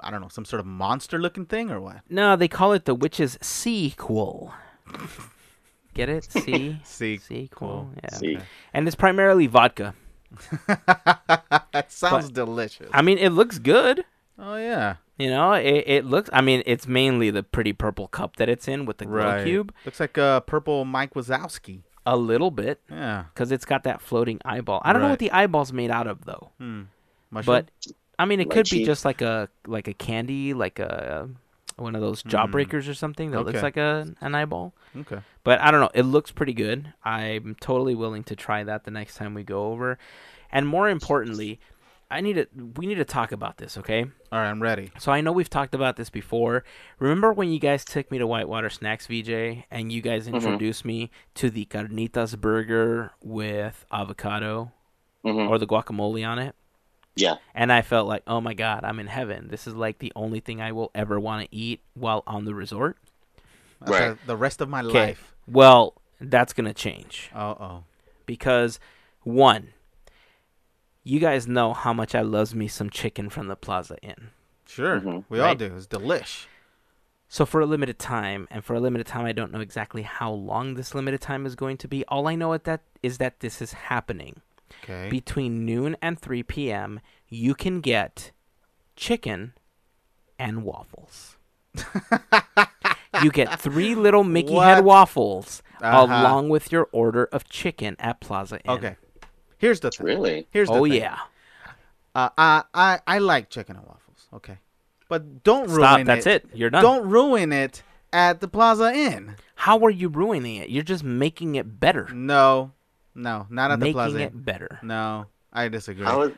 Speaker 3: I don't know, some sort of monster-looking thing or what?
Speaker 1: no, they call it the witch's sequel. Get it? See.
Speaker 3: See.
Speaker 1: Sequel, *laughs* yeah.
Speaker 2: See,
Speaker 1: And it's primarily vodka.
Speaker 3: *laughs* that sounds delicious.
Speaker 1: I mean, it looks good.
Speaker 3: oh yeah.
Speaker 1: You know, it, it looks. I mean, it's mainly the pretty purple cup that it's in with the glow
Speaker 3: Right.
Speaker 1: cube,
Speaker 3: Looks like uh, purple Mike Wazowski.
Speaker 1: a little bit,
Speaker 3: Yeah.
Speaker 1: because it's got that floating eyeball. I don't know
Speaker 3: Right.
Speaker 1: what the eyeball's made out of though,
Speaker 3: Hmm. Mushroom?
Speaker 1: but I mean, it could be
Speaker 2: Lychee.
Speaker 1: just like a like a candy, like a one of those jawbreakers or something that looks
Speaker 3: Mm-hmm. Okay.
Speaker 1: like a an eyeball.
Speaker 3: okay.
Speaker 1: But I don't know. It looks pretty good. I'm totally willing to try that the next time we go over. And more importantly, I need to we need to talk about this, okay?
Speaker 3: All right, I'm ready.
Speaker 1: So I know we've talked about this before. Remember when you guys took me to Whitewater Snacks VJ and you guys introduced me to the carnitas burger with avocado
Speaker 2: Mhm.
Speaker 1: or the guacamole on it?
Speaker 2: yeah,
Speaker 1: And I felt like, "Oh my god, I'm in heaven. This is like the only thing I will ever want to eat while on the resort."
Speaker 3: That's
Speaker 2: Right.
Speaker 3: uh, the rest of my
Speaker 1: 'Kay.
Speaker 3: life.
Speaker 1: Well, that's going to change.
Speaker 3: Uh oh.
Speaker 1: because one you guys know how much i loves me some chicken from the plaza inn
Speaker 3: Sure.
Speaker 2: Mhm.
Speaker 3: We all
Speaker 1: Right.
Speaker 3: do. It's delish.
Speaker 1: so for a limited time and for a limited time i don't know exactly how long this limited time is going to be all i know at that is that this is happening
Speaker 3: Okay.
Speaker 1: between noon and 3 p.m you can get chicken and waffles you get three little mickey head
Speaker 3: What?
Speaker 1: waffles
Speaker 3: Uh-huh.
Speaker 1: along with your order of chicken at plaza inn
Speaker 3: okay. Here's the thing.
Speaker 2: really.
Speaker 3: Here's the
Speaker 1: oh
Speaker 3: thing.
Speaker 1: yeah
Speaker 3: Uh, I I I like chicken and waffles. Okay. But don't
Speaker 1: stop
Speaker 3: ruin
Speaker 1: that's it, you're done
Speaker 3: Don't ruin it at the Plaza Inn.
Speaker 1: How are you ruining it? You're just making it better.
Speaker 3: No. No, not at the
Speaker 1: making
Speaker 3: Plaza Inn.
Speaker 1: it better.
Speaker 3: No, I disagree.
Speaker 2: How is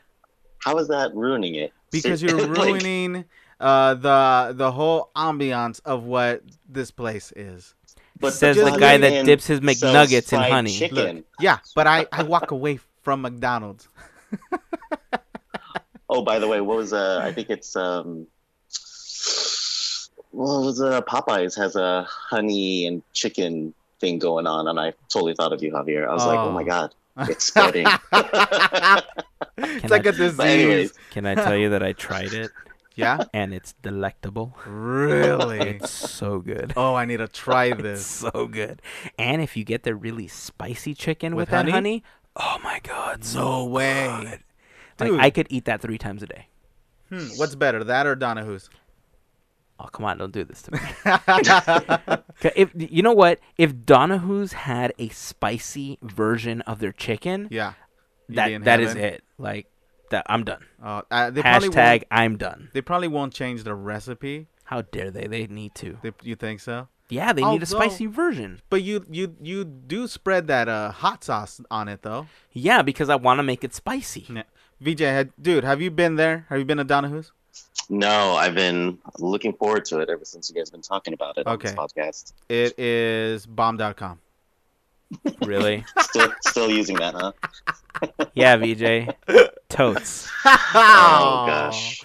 Speaker 2: how is that ruining it?
Speaker 3: because
Speaker 2: Ser-
Speaker 3: you're
Speaker 2: *laughs* like,
Speaker 3: ruining uh, the the whole ambiance of what this place is.
Speaker 2: but
Speaker 1: Says
Speaker 3: the
Speaker 2: Plaza
Speaker 3: guy
Speaker 1: that
Speaker 2: Inn
Speaker 1: dips his
Speaker 2: sells
Speaker 1: McNuggets in
Speaker 2: fried
Speaker 1: honey.
Speaker 2: Chicken.
Speaker 3: Yeah, but I, I walk away from McDonald's.
Speaker 2: Oh, by the way, what was uh? I think it's um. What was uh? Popeyes has a honey and chicken thing going on, and I totally thought of you, Javier. I was like,
Speaker 3: Oh.
Speaker 2: oh my god, it's spreading.
Speaker 3: it's like
Speaker 1: I-
Speaker 3: a disease.
Speaker 2: But anyways,
Speaker 1: Can I tell you that I tried it
Speaker 3: *laughs* Yeah,
Speaker 1: and it's delectable?
Speaker 3: really.
Speaker 1: It's so
Speaker 3: *laughs*
Speaker 1: good.
Speaker 3: Oh, I need to try
Speaker 1: *laughs* It's
Speaker 3: this.
Speaker 1: so good. And if you get the really spicy chicken with, that
Speaker 3: With
Speaker 1: honey?
Speaker 3: honey?
Speaker 1: oh my god, so
Speaker 3: No way.
Speaker 1: good. Like
Speaker 3: Dude,
Speaker 1: I could eat that three times a day.
Speaker 3: hmm, what's better, that or
Speaker 1: *laughs*
Speaker 3: Donahue's?
Speaker 1: Oh come on, don't do this to me. *laughs* 'Kay, if you know what, if Donahue's had a spicy version of their chicken,
Speaker 3: yeah. You'd be in
Speaker 1: that that is
Speaker 3: heaven.
Speaker 1: it. Like that, I'm done.
Speaker 3: Uh, uh, they probably
Speaker 1: Hashtag
Speaker 3: won't-
Speaker 1: I'm done.
Speaker 3: They probably won't change the recipe.
Speaker 1: How dare they? They need to.
Speaker 3: They, you think so?
Speaker 1: Yeah, they need a
Speaker 3: Although-
Speaker 1: spicy version.
Speaker 3: But you you you do spread that uh, hot sauce on it though.
Speaker 1: Yeah, because I want to make it spicy.
Speaker 3: Yeah. VJ, had, dude, have you been there? Have you been to Donahue's?
Speaker 2: no, I've been looking forward to it ever since you guys been talking about it on this
Speaker 3: Okay.
Speaker 2: podcast.
Speaker 3: It is bomb.com. *laughs*
Speaker 1: Really?
Speaker 2: Still, still using that, huh?
Speaker 1: *laughs* yeah, VJ. Totes.
Speaker 2: Oh gosh.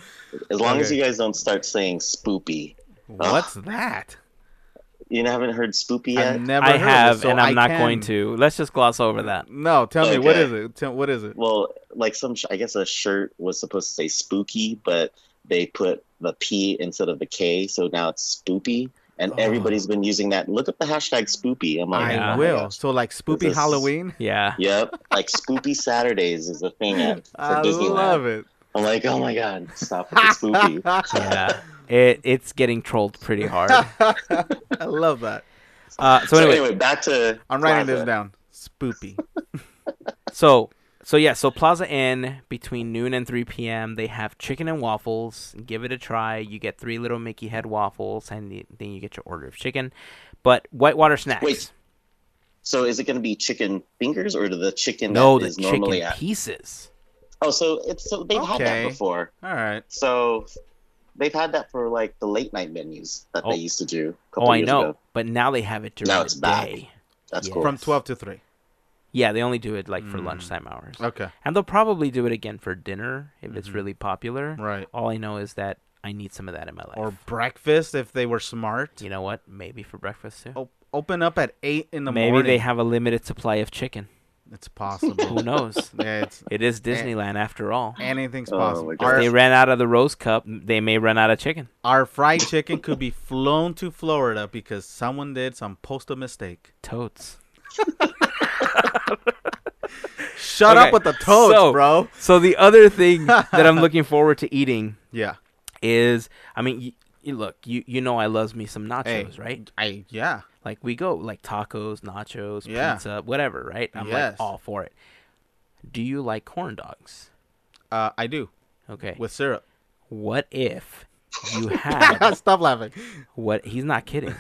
Speaker 2: As long as
Speaker 3: Okay.
Speaker 2: you guys don't start saying spoopy.
Speaker 3: What's that?
Speaker 2: You haven't heard spoopy
Speaker 3: I've
Speaker 2: yet?
Speaker 3: *laughs* never
Speaker 1: I
Speaker 3: heard of it,
Speaker 1: have,
Speaker 3: so
Speaker 1: and I'm
Speaker 3: I
Speaker 1: not
Speaker 3: can-
Speaker 1: going to. Let's just gloss over that.
Speaker 3: No, tell me what
Speaker 2: Okay.
Speaker 3: is it? Tell, what is it?
Speaker 2: Well, like some, sh- I guess a shirt was supposed to say spooky, but they put the P instead of the K, so now it's spoopy. And
Speaker 3: Oh.
Speaker 2: everybody's been using that. Look up the hashtag spoopy. I'm like,
Speaker 3: I
Speaker 2: oh my
Speaker 3: will.
Speaker 2: gosh.
Speaker 3: So like spoopy
Speaker 2: This is-
Speaker 3: Halloween.
Speaker 1: Yeah.
Speaker 2: Yep, like spoopy Saturdays is a thing
Speaker 3: *laughs*
Speaker 2: at for
Speaker 3: I
Speaker 2: Disneyland.
Speaker 3: love it.
Speaker 2: I'm like, oh my god, stop with the
Speaker 3: *laughs*
Speaker 2: spoopy.
Speaker 1: Yeah. It it's getting trolled pretty hard.
Speaker 3: I love that.
Speaker 1: Uh, so
Speaker 2: So anyway,
Speaker 1: anyway,
Speaker 2: back to
Speaker 3: I'm writing
Speaker 2: Plaza.
Speaker 3: this down. Spoopy.
Speaker 1: so so yeah, so Plaza Inn between noon and 3 p.m. They have chicken and waffles. Give it a try. You get three little Mickey head waffles, and y- then you get your order of chicken. But Whitewater snacks.
Speaker 2: Wait, So is it going to be chicken fingers or the chicken
Speaker 1: No,
Speaker 2: that
Speaker 1: the
Speaker 2: is normally
Speaker 1: chicken
Speaker 2: at?
Speaker 1: pieces.
Speaker 2: Oh, so it's so they've had
Speaker 3: Okay.
Speaker 2: that before.
Speaker 3: All right.
Speaker 2: So they've had that for like the late night menus that
Speaker 1: Oh.
Speaker 2: they used to do. A couple
Speaker 1: Oh, I
Speaker 2: years
Speaker 1: know,
Speaker 2: Ago.
Speaker 1: but now they have it during
Speaker 2: Now
Speaker 1: the
Speaker 2: it's back.
Speaker 1: day.
Speaker 2: That's
Speaker 1: Yeah.
Speaker 2: cool.
Speaker 3: From 12 to 3.
Speaker 1: Yeah, they only do it like for
Speaker 3: Mm.
Speaker 1: lunchtime hours,
Speaker 3: Okay.
Speaker 1: and they'll probably do it again for dinner if it's
Speaker 3: Mhm.
Speaker 1: really popular.
Speaker 3: Right.
Speaker 1: All I know is that I need some of that in my life.
Speaker 3: Or breakfast if they were smart.
Speaker 1: you know what? Maybe for breakfast too.
Speaker 3: Oh, open up at eight in the
Speaker 1: Maybe
Speaker 3: morning.
Speaker 1: they have a limited supply of chicken.
Speaker 3: It's
Speaker 1: Who
Speaker 2: *laughs*
Speaker 3: possible.
Speaker 1: knows?
Speaker 3: yeah, it's
Speaker 1: It is Disneyland after all.
Speaker 3: anything's
Speaker 2: Oh my
Speaker 3: possible.
Speaker 2: God.
Speaker 1: If
Speaker 3: our,
Speaker 1: they ran out of the Rose Cup, they may run out of chicken.
Speaker 3: our fried chicken could be flown to Florida because someone did some postal mistake.
Speaker 1: Totes.
Speaker 3: Shut
Speaker 1: Okay,
Speaker 3: up with the toads,
Speaker 1: so-
Speaker 3: bro.
Speaker 1: So the other thing that
Speaker 3: *laughs*
Speaker 1: I'm looking forward to eating
Speaker 3: Yeah.
Speaker 1: is, I mean, you, you look, you you know, I loves me some nachos,
Speaker 3: Hey.
Speaker 1: right?
Speaker 3: I yeah.
Speaker 1: Like we go like tacos, nachos,
Speaker 3: Yeah.
Speaker 1: pizza, whatever, right? I'm like
Speaker 3: Yes.
Speaker 1: all for it. Do you like corn dogs?
Speaker 3: Uh, I do
Speaker 1: Okay.
Speaker 3: with syrup.
Speaker 1: what
Speaker 3: *laughs*
Speaker 1: if you had
Speaker 3: Stop laughing. *laughs*
Speaker 1: what? He's not kidding.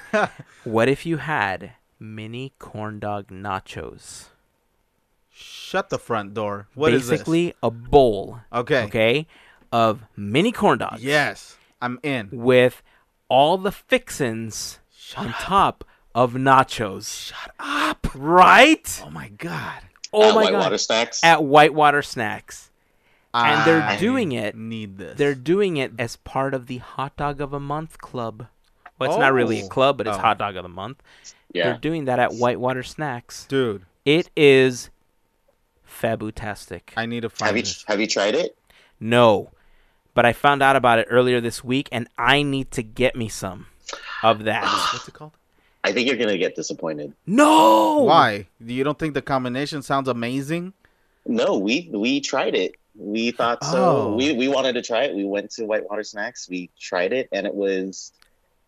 Speaker 1: What if you had mini corn dog nachos?
Speaker 3: Shut the front door. What is
Speaker 1: Basically, a bowl.
Speaker 3: this? Okay.
Speaker 1: okay, of mini corn dogs.
Speaker 3: Yes, I'm in.
Speaker 1: With all the fixins
Speaker 3: Shut
Speaker 1: on top of nachos. Shut up. Right?
Speaker 3: Oh my god.
Speaker 1: Oh
Speaker 2: At
Speaker 1: my
Speaker 2: Whitewater
Speaker 1: god.
Speaker 2: Snacks.
Speaker 1: At Whitewater Snacks. And they're doing it.
Speaker 3: Need this.
Speaker 1: They're doing it as part of the Hot Dog of a Month club. Well, it's not really a
Speaker 3: Oh.
Speaker 1: club, but it's
Speaker 3: Oh.
Speaker 1: Hot Dog of the Month. They're
Speaker 2: yeah.
Speaker 1: doing that at Whitewater Snacks.
Speaker 3: dude.
Speaker 1: It is fabutastic.
Speaker 3: I need to find
Speaker 2: Have you
Speaker 3: this.
Speaker 2: have you tried it?
Speaker 1: No. But I found out about it earlier this week and I need to get me some of that.
Speaker 3: What's it called?
Speaker 2: I think you're gonna get disappointed.
Speaker 1: no.
Speaker 3: Why? You don't think the combination sounds amazing?
Speaker 2: No, we we tried it. We thought so.
Speaker 3: Oh.
Speaker 2: We we wanted to try it. We went to Whitewater Snacks. We tried it, and it was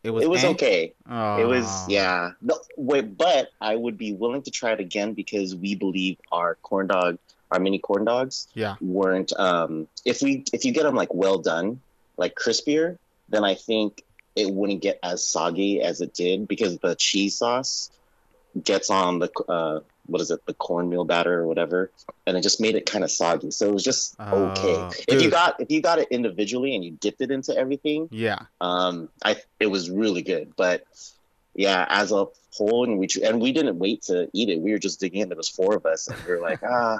Speaker 3: It was.
Speaker 2: it was
Speaker 3: eh?
Speaker 2: okay.
Speaker 3: Oh.
Speaker 2: It was yeah. No, wait, but I would be willing to try it again because we believe our corn dog, our mini corn dogs,
Speaker 3: Yeah.
Speaker 2: weren't. Um, if we if you get them like well done, like crispier, then I think it wouldn't get as soggy as it did because the cheese sauce gets on the uh, what is it the cornmeal batter or whatever, and it just made it kind of soggy. So it was just okay.
Speaker 3: Oh,
Speaker 2: if you
Speaker 3: dude.
Speaker 2: got if you got it individually and you dipped it into everything,
Speaker 3: Yeah.
Speaker 2: um, I it was really good, but yeah, as a whole, and we tr- and we didn't wait to eat it. We were just digging in. There was four of us, and we were like, ah,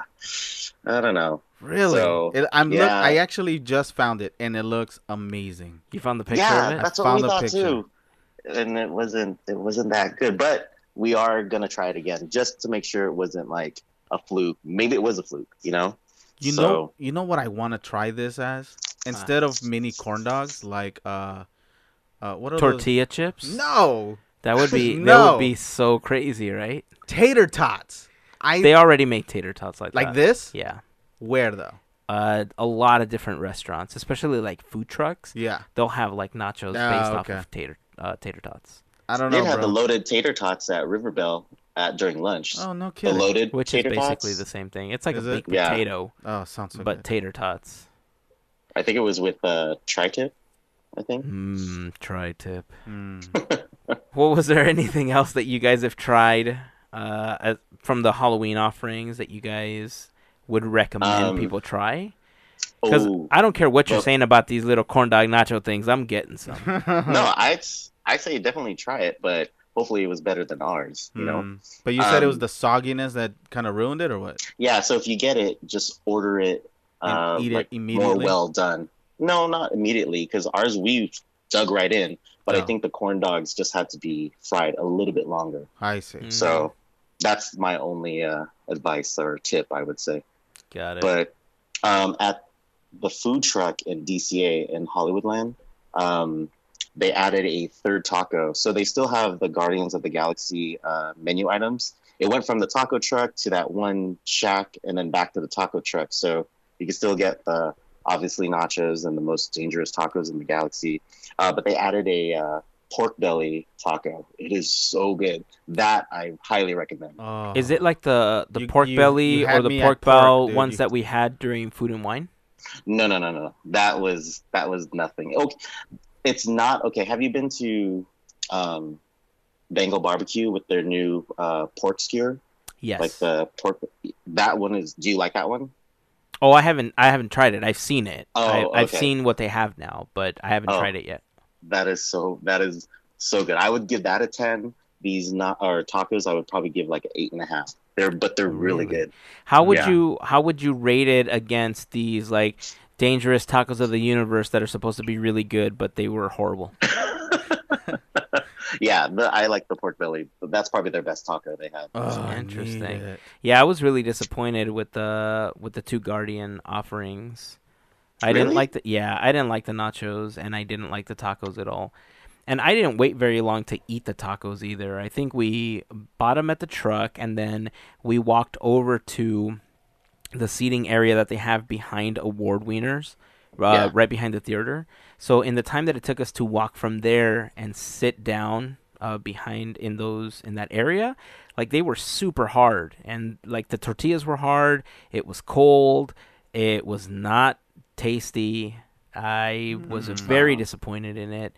Speaker 2: I don't know.
Speaker 3: Really?
Speaker 2: So,
Speaker 3: it, I'm look,
Speaker 2: yeah.
Speaker 3: I actually just found it and it looks amazing.
Speaker 1: You found the picture
Speaker 2: yeah,
Speaker 1: of it?
Speaker 2: that's what
Speaker 3: Found
Speaker 2: we
Speaker 3: the
Speaker 2: thought
Speaker 3: picture.
Speaker 2: too. And it wasn't it wasn't that good, but we are gonna try it again just to make sure it wasn't like a fluke. Maybe it was a fluke, you know.
Speaker 3: You
Speaker 2: so,
Speaker 3: know you know what I want to try this as? Instead
Speaker 1: Uh-huh.
Speaker 3: of mini corn dogs like uh uh what are
Speaker 1: Tortilla chips?
Speaker 3: those? No.
Speaker 1: That would
Speaker 3: *laughs*
Speaker 1: be that
Speaker 3: No.
Speaker 1: would be so crazy, right?
Speaker 3: Tater tots. I
Speaker 1: They already make tater tots like
Speaker 3: like
Speaker 1: that.
Speaker 3: this?
Speaker 1: Yeah.
Speaker 3: Where though?
Speaker 1: Uh, a lot of different restaurants, especially like food trucks,
Speaker 3: Yeah.
Speaker 1: they'll have like nachos
Speaker 3: Ah,
Speaker 1: based off
Speaker 3: okay.
Speaker 1: of tater uh, tater tots,
Speaker 3: I
Speaker 2: they
Speaker 3: don't
Speaker 2: did
Speaker 3: know,
Speaker 2: have the
Speaker 3: bro.
Speaker 2: loaded tater tots at Riverbell at during lunch.
Speaker 3: oh, no
Speaker 2: the
Speaker 3: kidding.
Speaker 2: loaded
Speaker 1: which is
Speaker 2: tater
Speaker 1: basically
Speaker 2: tots.
Speaker 1: the same thing. It's like
Speaker 3: Is
Speaker 1: a
Speaker 3: it?
Speaker 1: baked
Speaker 2: Yeah.
Speaker 1: potato,
Speaker 3: oh, sounds so
Speaker 1: but
Speaker 3: good.
Speaker 1: tater tots.
Speaker 2: I think it was with uh, tri-tip. I think.
Speaker 3: Hmm,
Speaker 1: Mmm, tri tip.
Speaker 2: Hmm.
Speaker 1: *laughs*
Speaker 2: *laughs*
Speaker 3: Mm.
Speaker 1: Well, was there anything else that you guys have tried uh, as- from the Halloween offerings that you guys would recommend
Speaker 2: Um,
Speaker 1: people try? Because
Speaker 2: Oh.
Speaker 1: I don't care what you're
Speaker 2: Well-
Speaker 1: saying about these little corn dog nacho things, I'm getting
Speaker 3: *laughs*
Speaker 1: some.
Speaker 2: no, I I say definitely try it, but hopefully it was better than ours. You know,
Speaker 3: Mm. But you said it was
Speaker 2: Um,
Speaker 3: the sogginess that kind of ruined it or what?
Speaker 2: yeah. So if you get it, just order it.
Speaker 3: And
Speaker 2: Uh,
Speaker 3: eat it
Speaker 2: like, More
Speaker 3: immediately?
Speaker 2: well done. No, not immediately, because ours we dug right in. But
Speaker 3: Oh.
Speaker 2: I think the corn dogs just had to be fried a little bit longer.
Speaker 3: I see.
Speaker 1: Mm.
Speaker 3: Mm-hmm.
Speaker 2: So that's my only uh, advice or tip, I would say.
Speaker 1: Got it.
Speaker 2: but um, at the food truck in DCA in Hollywoodland, um, they added a third taco. So they still have the Guardians of the Galaxy uh, menu items. It went from the taco truck to that one shack and then back to the taco truck. So you can still get the obviously nachos and the most dangerous tacos in the galaxy. Uh, but they added a uh, pork belly taco. It is so good. That I highly recommend.
Speaker 3: Oh.
Speaker 1: Is it like the the
Speaker 3: You-
Speaker 1: pork
Speaker 3: you-
Speaker 1: belly
Speaker 3: you
Speaker 1: or
Speaker 3: had
Speaker 1: the
Speaker 3: me
Speaker 1: pork
Speaker 3: at pork,
Speaker 1: bell
Speaker 3: dude.
Speaker 1: ones
Speaker 3: You-
Speaker 1: that we had during Food and Wine?
Speaker 2: No, no, no, no. That was that was nothing. Okay, it's not okay. Have you been to um, Bengal Barbecue with their new uh, pork skewer?
Speaker 1: Yes.
Speaker 2: Like the pork. That one is. Do you like that one?
Speaker 1: oh, I haven't I haven't tried it. I've seen it.
Speaker 2: Oh,
Speaker 1: I, I've
Speaker 2: okay.
Speaker 1: seen what they have now, but I haven't
Speaker 2: Oh.
Speaker 1: tried it yet.
Speaker 2: That is so. That is so good. I would give that a ten. These not or tacos, I would probably give like an eight and a half. They're but they're
Speaker 1: Really?
Speaker 2: really, good.
Speaker 1: How would
Speaker 2: Yeah.
Speaker 1: you how would you rate it against these like dangerous tacos of the universe that are supposed to be really good but they were horrible?
Speaker 2: yeah, the, I like the pork belly. But that's probably their best taco they have.
Speaker 1: Oh,
Speaker 3: I need
Speaker 1: interesting.
Speaker 3: it.
Speaker 1: Yeah, I was really disappointed with the with the two guardian offerings. I didn't
Speaker 2: Really?
Speaker 1: like the yeah, I didn't like the nachos and I didn't like the tacos at all. And I didn't wait very long to eat the tacos either. I think we bought them at the truck and then we walked over to the seating area that they have behind award wieners uh,
Speaker 2: Yeah.
Speaker 1: right behind the theater so in the time that it took us to walk from there and sit down uh, behind in those in that area like they were super hard and like the tortillas were hard it was cold it was not tasty i was
Speaker 3: Mm.
Speaker 1: very
Speaker 2: Wow.
Speaker 1: disappointed in it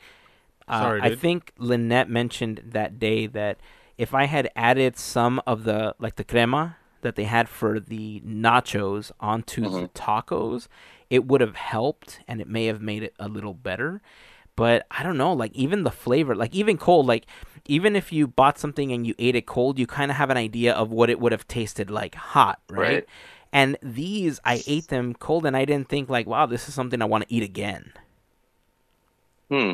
Speaker 1: uh,
Speaker 3: Sorry,
Speaker 1: I
Speaker 3: dude.
Speaker 1: think Lynette mentioned that day that if I had added some of the like the crema that they had for the nachos onto the tacos, it would have helped and it may have made it a little better. But I don't know, like even the flavor, like even cold, like even if you bought something and you ate it cold, you kind of have an idea of what it would have tasted like hot, right?
Speaker 2: Right.
Speaker 1: And these, I ate them cold and I didn't think like, wow, this is something I want to eat again.
Speaker 2: Hmm.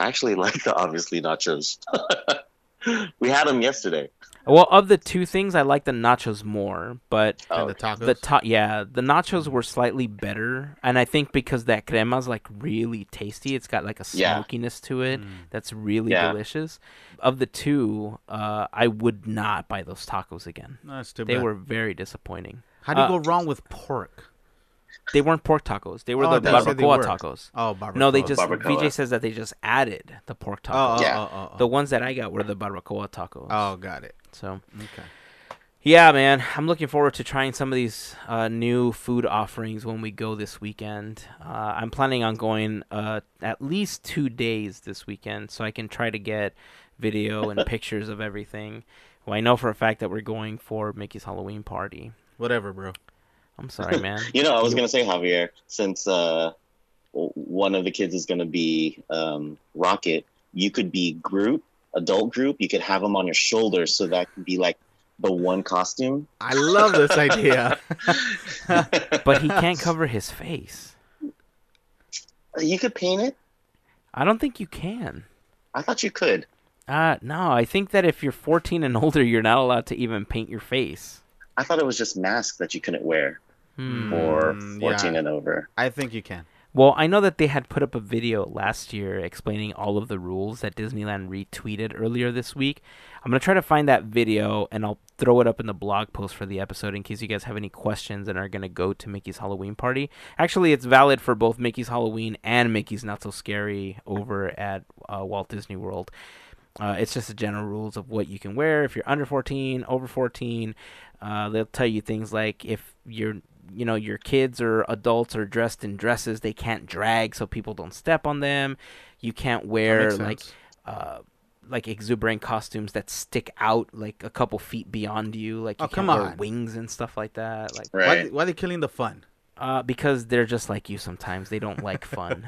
Speaker 2: I actually *laughs* like the obviously nachos. *laughs* we had them yesterday.
Speaker 1: Well, of the two things, I like the nachos more, but
Speaker 2: Oh,
Speaker 3: and the tacos.
Speaker 1: the ta- yeah, the nachos were slightly better, and I think because that crema's like really tasty, it's got like a
Speaker 2: Yeah.
Speaker 1: smokiness to
Speaker 3: Mm.
Speaker 1: it
Speaker 3: Hmm.
Speaker 1: that's really
Speaker 2: Yeah.
Speaker 1: delicious. Of the two, uh, I would not buy those tacos again.
Speaker 3: No, that's too
Speaker 1: They
Speaker 3: bad.
Speaker 1: were very disappointing.
Speaker 3: How do you
Speaker 1: uh,
Speaker 3: go wrong with pork?
Speaker 1: They weren't pork tacos. They were
Speaker 3: Oh, I
Speaker 1: the
Speaker 3: thought you said they
Speaker 1: barbacoa
Speaker 3: were.
Speaker 1: tacos.
Speaker 3: Oh, barbacoa.
Speaker 1: No, they just
Speaker 2: Barbacoa.
Speaker 1: VJ says that they just added the pork
Speaker 3: Oh,
Speaker 1: tacos.
Speaker 3: oh,
Speaker 2: Yeah.
Speaker 3: oh, oh, oh.
Speaker 1: The ones that I got were the barbacoa tacos.
Speaker 3: Oh, got it.
Speaker 1: So
Speaker 3: Okay.
Speaker 1: Yeah, man, I'm looking forward to trying some of these uh, new food offerings when we go this weekend. Uh, I'm planning on going uh, at least two days this weekend, so I can try to get video and pictures of everything. Well, I know for a fact that we're going for Mickey's Halloween party.
Speaker 3: Whatever, bro.
Speaker 1: I'm sorry, man.
Speaker 2: You know, I was gonna say Javier, since uh, w- one of the kids is gonna be um, Rocket, you could be group, adult group. You could have them on your shoulder, so that could be like the one costume.
Speaker 1: *laughs*
Speaker 3: I love this idea.
Speaker 1: but he can't cover his face.
Speaker 2: Uh, You could paint it.
Speaker 1: I don't think you can.
Speaker 2: I thought you could.
Speaker 1: Uh, no, I think that if you're 14 and *laughs* older, you're not allowed to even paint your face.
Speaker 2: I thought it was just masks that you couldn't wear
Speaker 1: Hmm.
Speaker 2: for
Speaker 3: Mm, yeah.
Speaker 2: 14 and over.
Speaker 3: I think you can.
Speaker 1: Well, I know that they had put up a video last year explaining all of the rules that Disneyland retweeted earlier this week. I'm going to try to find that video and I'll throw it up in the blog post for the episode in case you guys have any questions and are going to go to Mickey's Halloween party. Actually, it's valid for both Mickey's Halloween and Mickey's Not So Scary over at uh, Walt Disney World. Uh, it's just the general rules of what you can wear if you're under 14, over 14. Uh, they'll tell you things like if you're, you know, your kids or adults are dressed in dresses, they can't drag so people don't step on them. You can't
Speaker 3: That
Speaker 1: wear
Speaker 3: makes
Speaker 1: like
Speaker 3: sense.
Speaker 1: uh, like exuberant costumes that stick out like a couple feet beyond you, like you
Speaker 3: Oh,
Speaker 1: can
Speaker 3: come
Speaker 1: wear
Speaker 3: on.
Speaker 1: wings and stuff like that. Like
Speaker 3: Why,
Speaker 2: Right.
Speaker 3: why are they killing the fun?
Speaker 1: uh, because they're just like you sometimes. They don't like fun.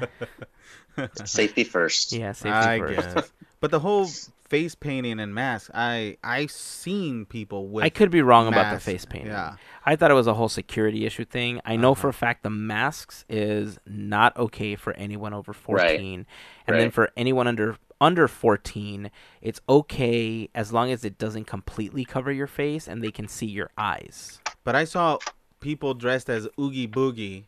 Speaker 2: Safety first.
Speaker 1: yeah, safety
Speaker 3: I
Speaker 1: first. *laughs*
Speaker 3: guess. But the whole face painting and mask, I I seen people with.
Speaker 1: I could be wrong about the
Speaker 3: mask.
Speaker 1: face painting.
Speaker 3: Yeah. Uh-huh.
Speaker 1: I thought it was a whole security issue thing. I know for a fact the masks is not okay for anyone over 14. And then
Speaker 2: Right.
Speaker 1: for anyone under under 14, it's okay as long as it doesn't completely cover your face and they can see your eyes.
Speaker 3: But I saw people dressed as Oogie Boogie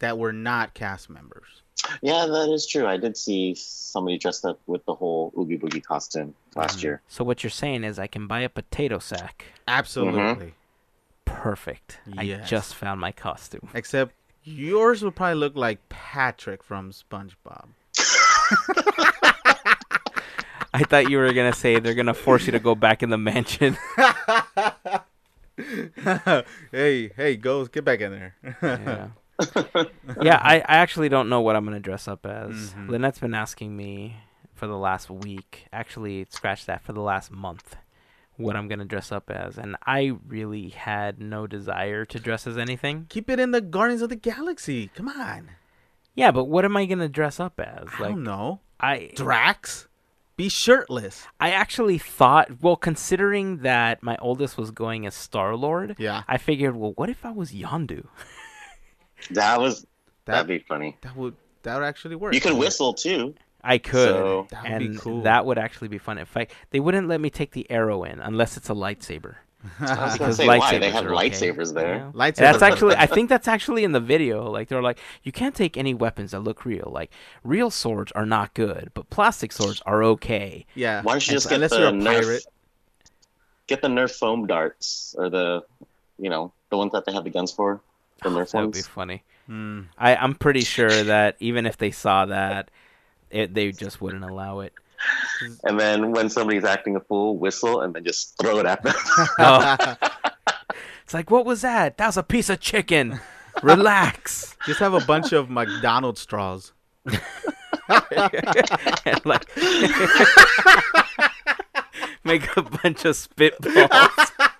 Speaker 3: that were not cast members.
Speaker 2: Yeah, that is true. I did see somebody dressed up with the whole Oogie Boogie costume
Speaker 3: Mm.
Speaker 2: last year.
Speaker 1: So what you're saying is I can buy a potato sack.
Speaker 3: Absolutely.
Speaker 1: Mm-hmm. Perfect. I
Speaker 3: Yes.
Speaker 1: just found my costume. *laughs*
Speaker 3: Except yours would probably look like Patrick from SpongeBob. *laughs*
Speaker 1: I thought you were going to say they're going to force you to go back in the mansion.
Speaker 3: hey, hey, go get back in there.
Speaker 1: yeah, yeah I, I actually don't know what I'm gonna dress up as.
Speaker 3: Mm-hmm.
Speaker 1: Lynette's been asking me for the last week. Actually, scratch that for the last month. What I'm gonna dress up as, and I really had no desire to dress as anything.
Speaker 3: Keep it in the Guardians of the Galaxy. Come on.
Speaker 1: Yeah, but what am I gonna dress up as?
Speaker 3: I
Speaker 1: Like
Speaker 3: don't know.
Speaker 1: I,
Speaker 3: Drax, be shirtless.
Speaker 1: I actually thought. Well, considering that my oldest was going as Star Lord,
Speaker 3: Yeah.
Speaker 1: I figured, well, what if I was Yondu?
Speaker 2: That was
Speaker 3: That
Speaker 2: that'd be funny.
Speaker 3: that would that would actually work.
Speaker 2: You could whistle too.
Speaker 1: I could,
Speaker 2: So-
Speaker 3: That would
Speaker 1: and
Speaker 3: be cool.
Speaker 1: that would actually be fun. In fact, they wouldn't let me take the arrow in unless it's a lightsaber.
Speaker 2: I was gonna
Speaker 1: Because
Speaker 2: say why they
Speaker 1: lightsabers
Speaker 2: have
Speaker 1: are okay.
Speaker 2: lightsabers there.
Speaker 1: Yeah.
Speaker 3: Lightsabers.
Speaker 1: That's actually, I think that's actually in the video. Like they're like, you can't take any weapons that look real. Like real swords are not good, but plastic swords are okay.
Speaker 3: yeah.
Speaker 2: Why don't you just get
Speaker 3: Unless
Speaker 2: the
Speaker 3: you're a
Speaker 2: Nerf,
Speaker 3: pirate.
Speaker 2: get the Nerf foam darts or the, you know, the ones that they have the guns for, the Nerf
Speaker 1: Ah, That would be
Speaker 2: ones.
Speaker 1: funny.
Speaker 3: Mm.
Speaker 1: I, I'm pretty sure that even if they saw that, it, they just wouldn't allow it.
Speaker 2: And then when somebody's acting a fool, whistle and then just throw it at *laughs* them.
Speaker 1: Oh. It's like, what was that? That was a piece of chicken.
Speaker 2: *laughs*
Speaker 1: Relax.
Speaker 3: just have a bunch of
Speaker 1: *laughs*
Speaker 3: McDonald's straws.
Speaker 1: And, *laughs* like, make a bunch of spitballs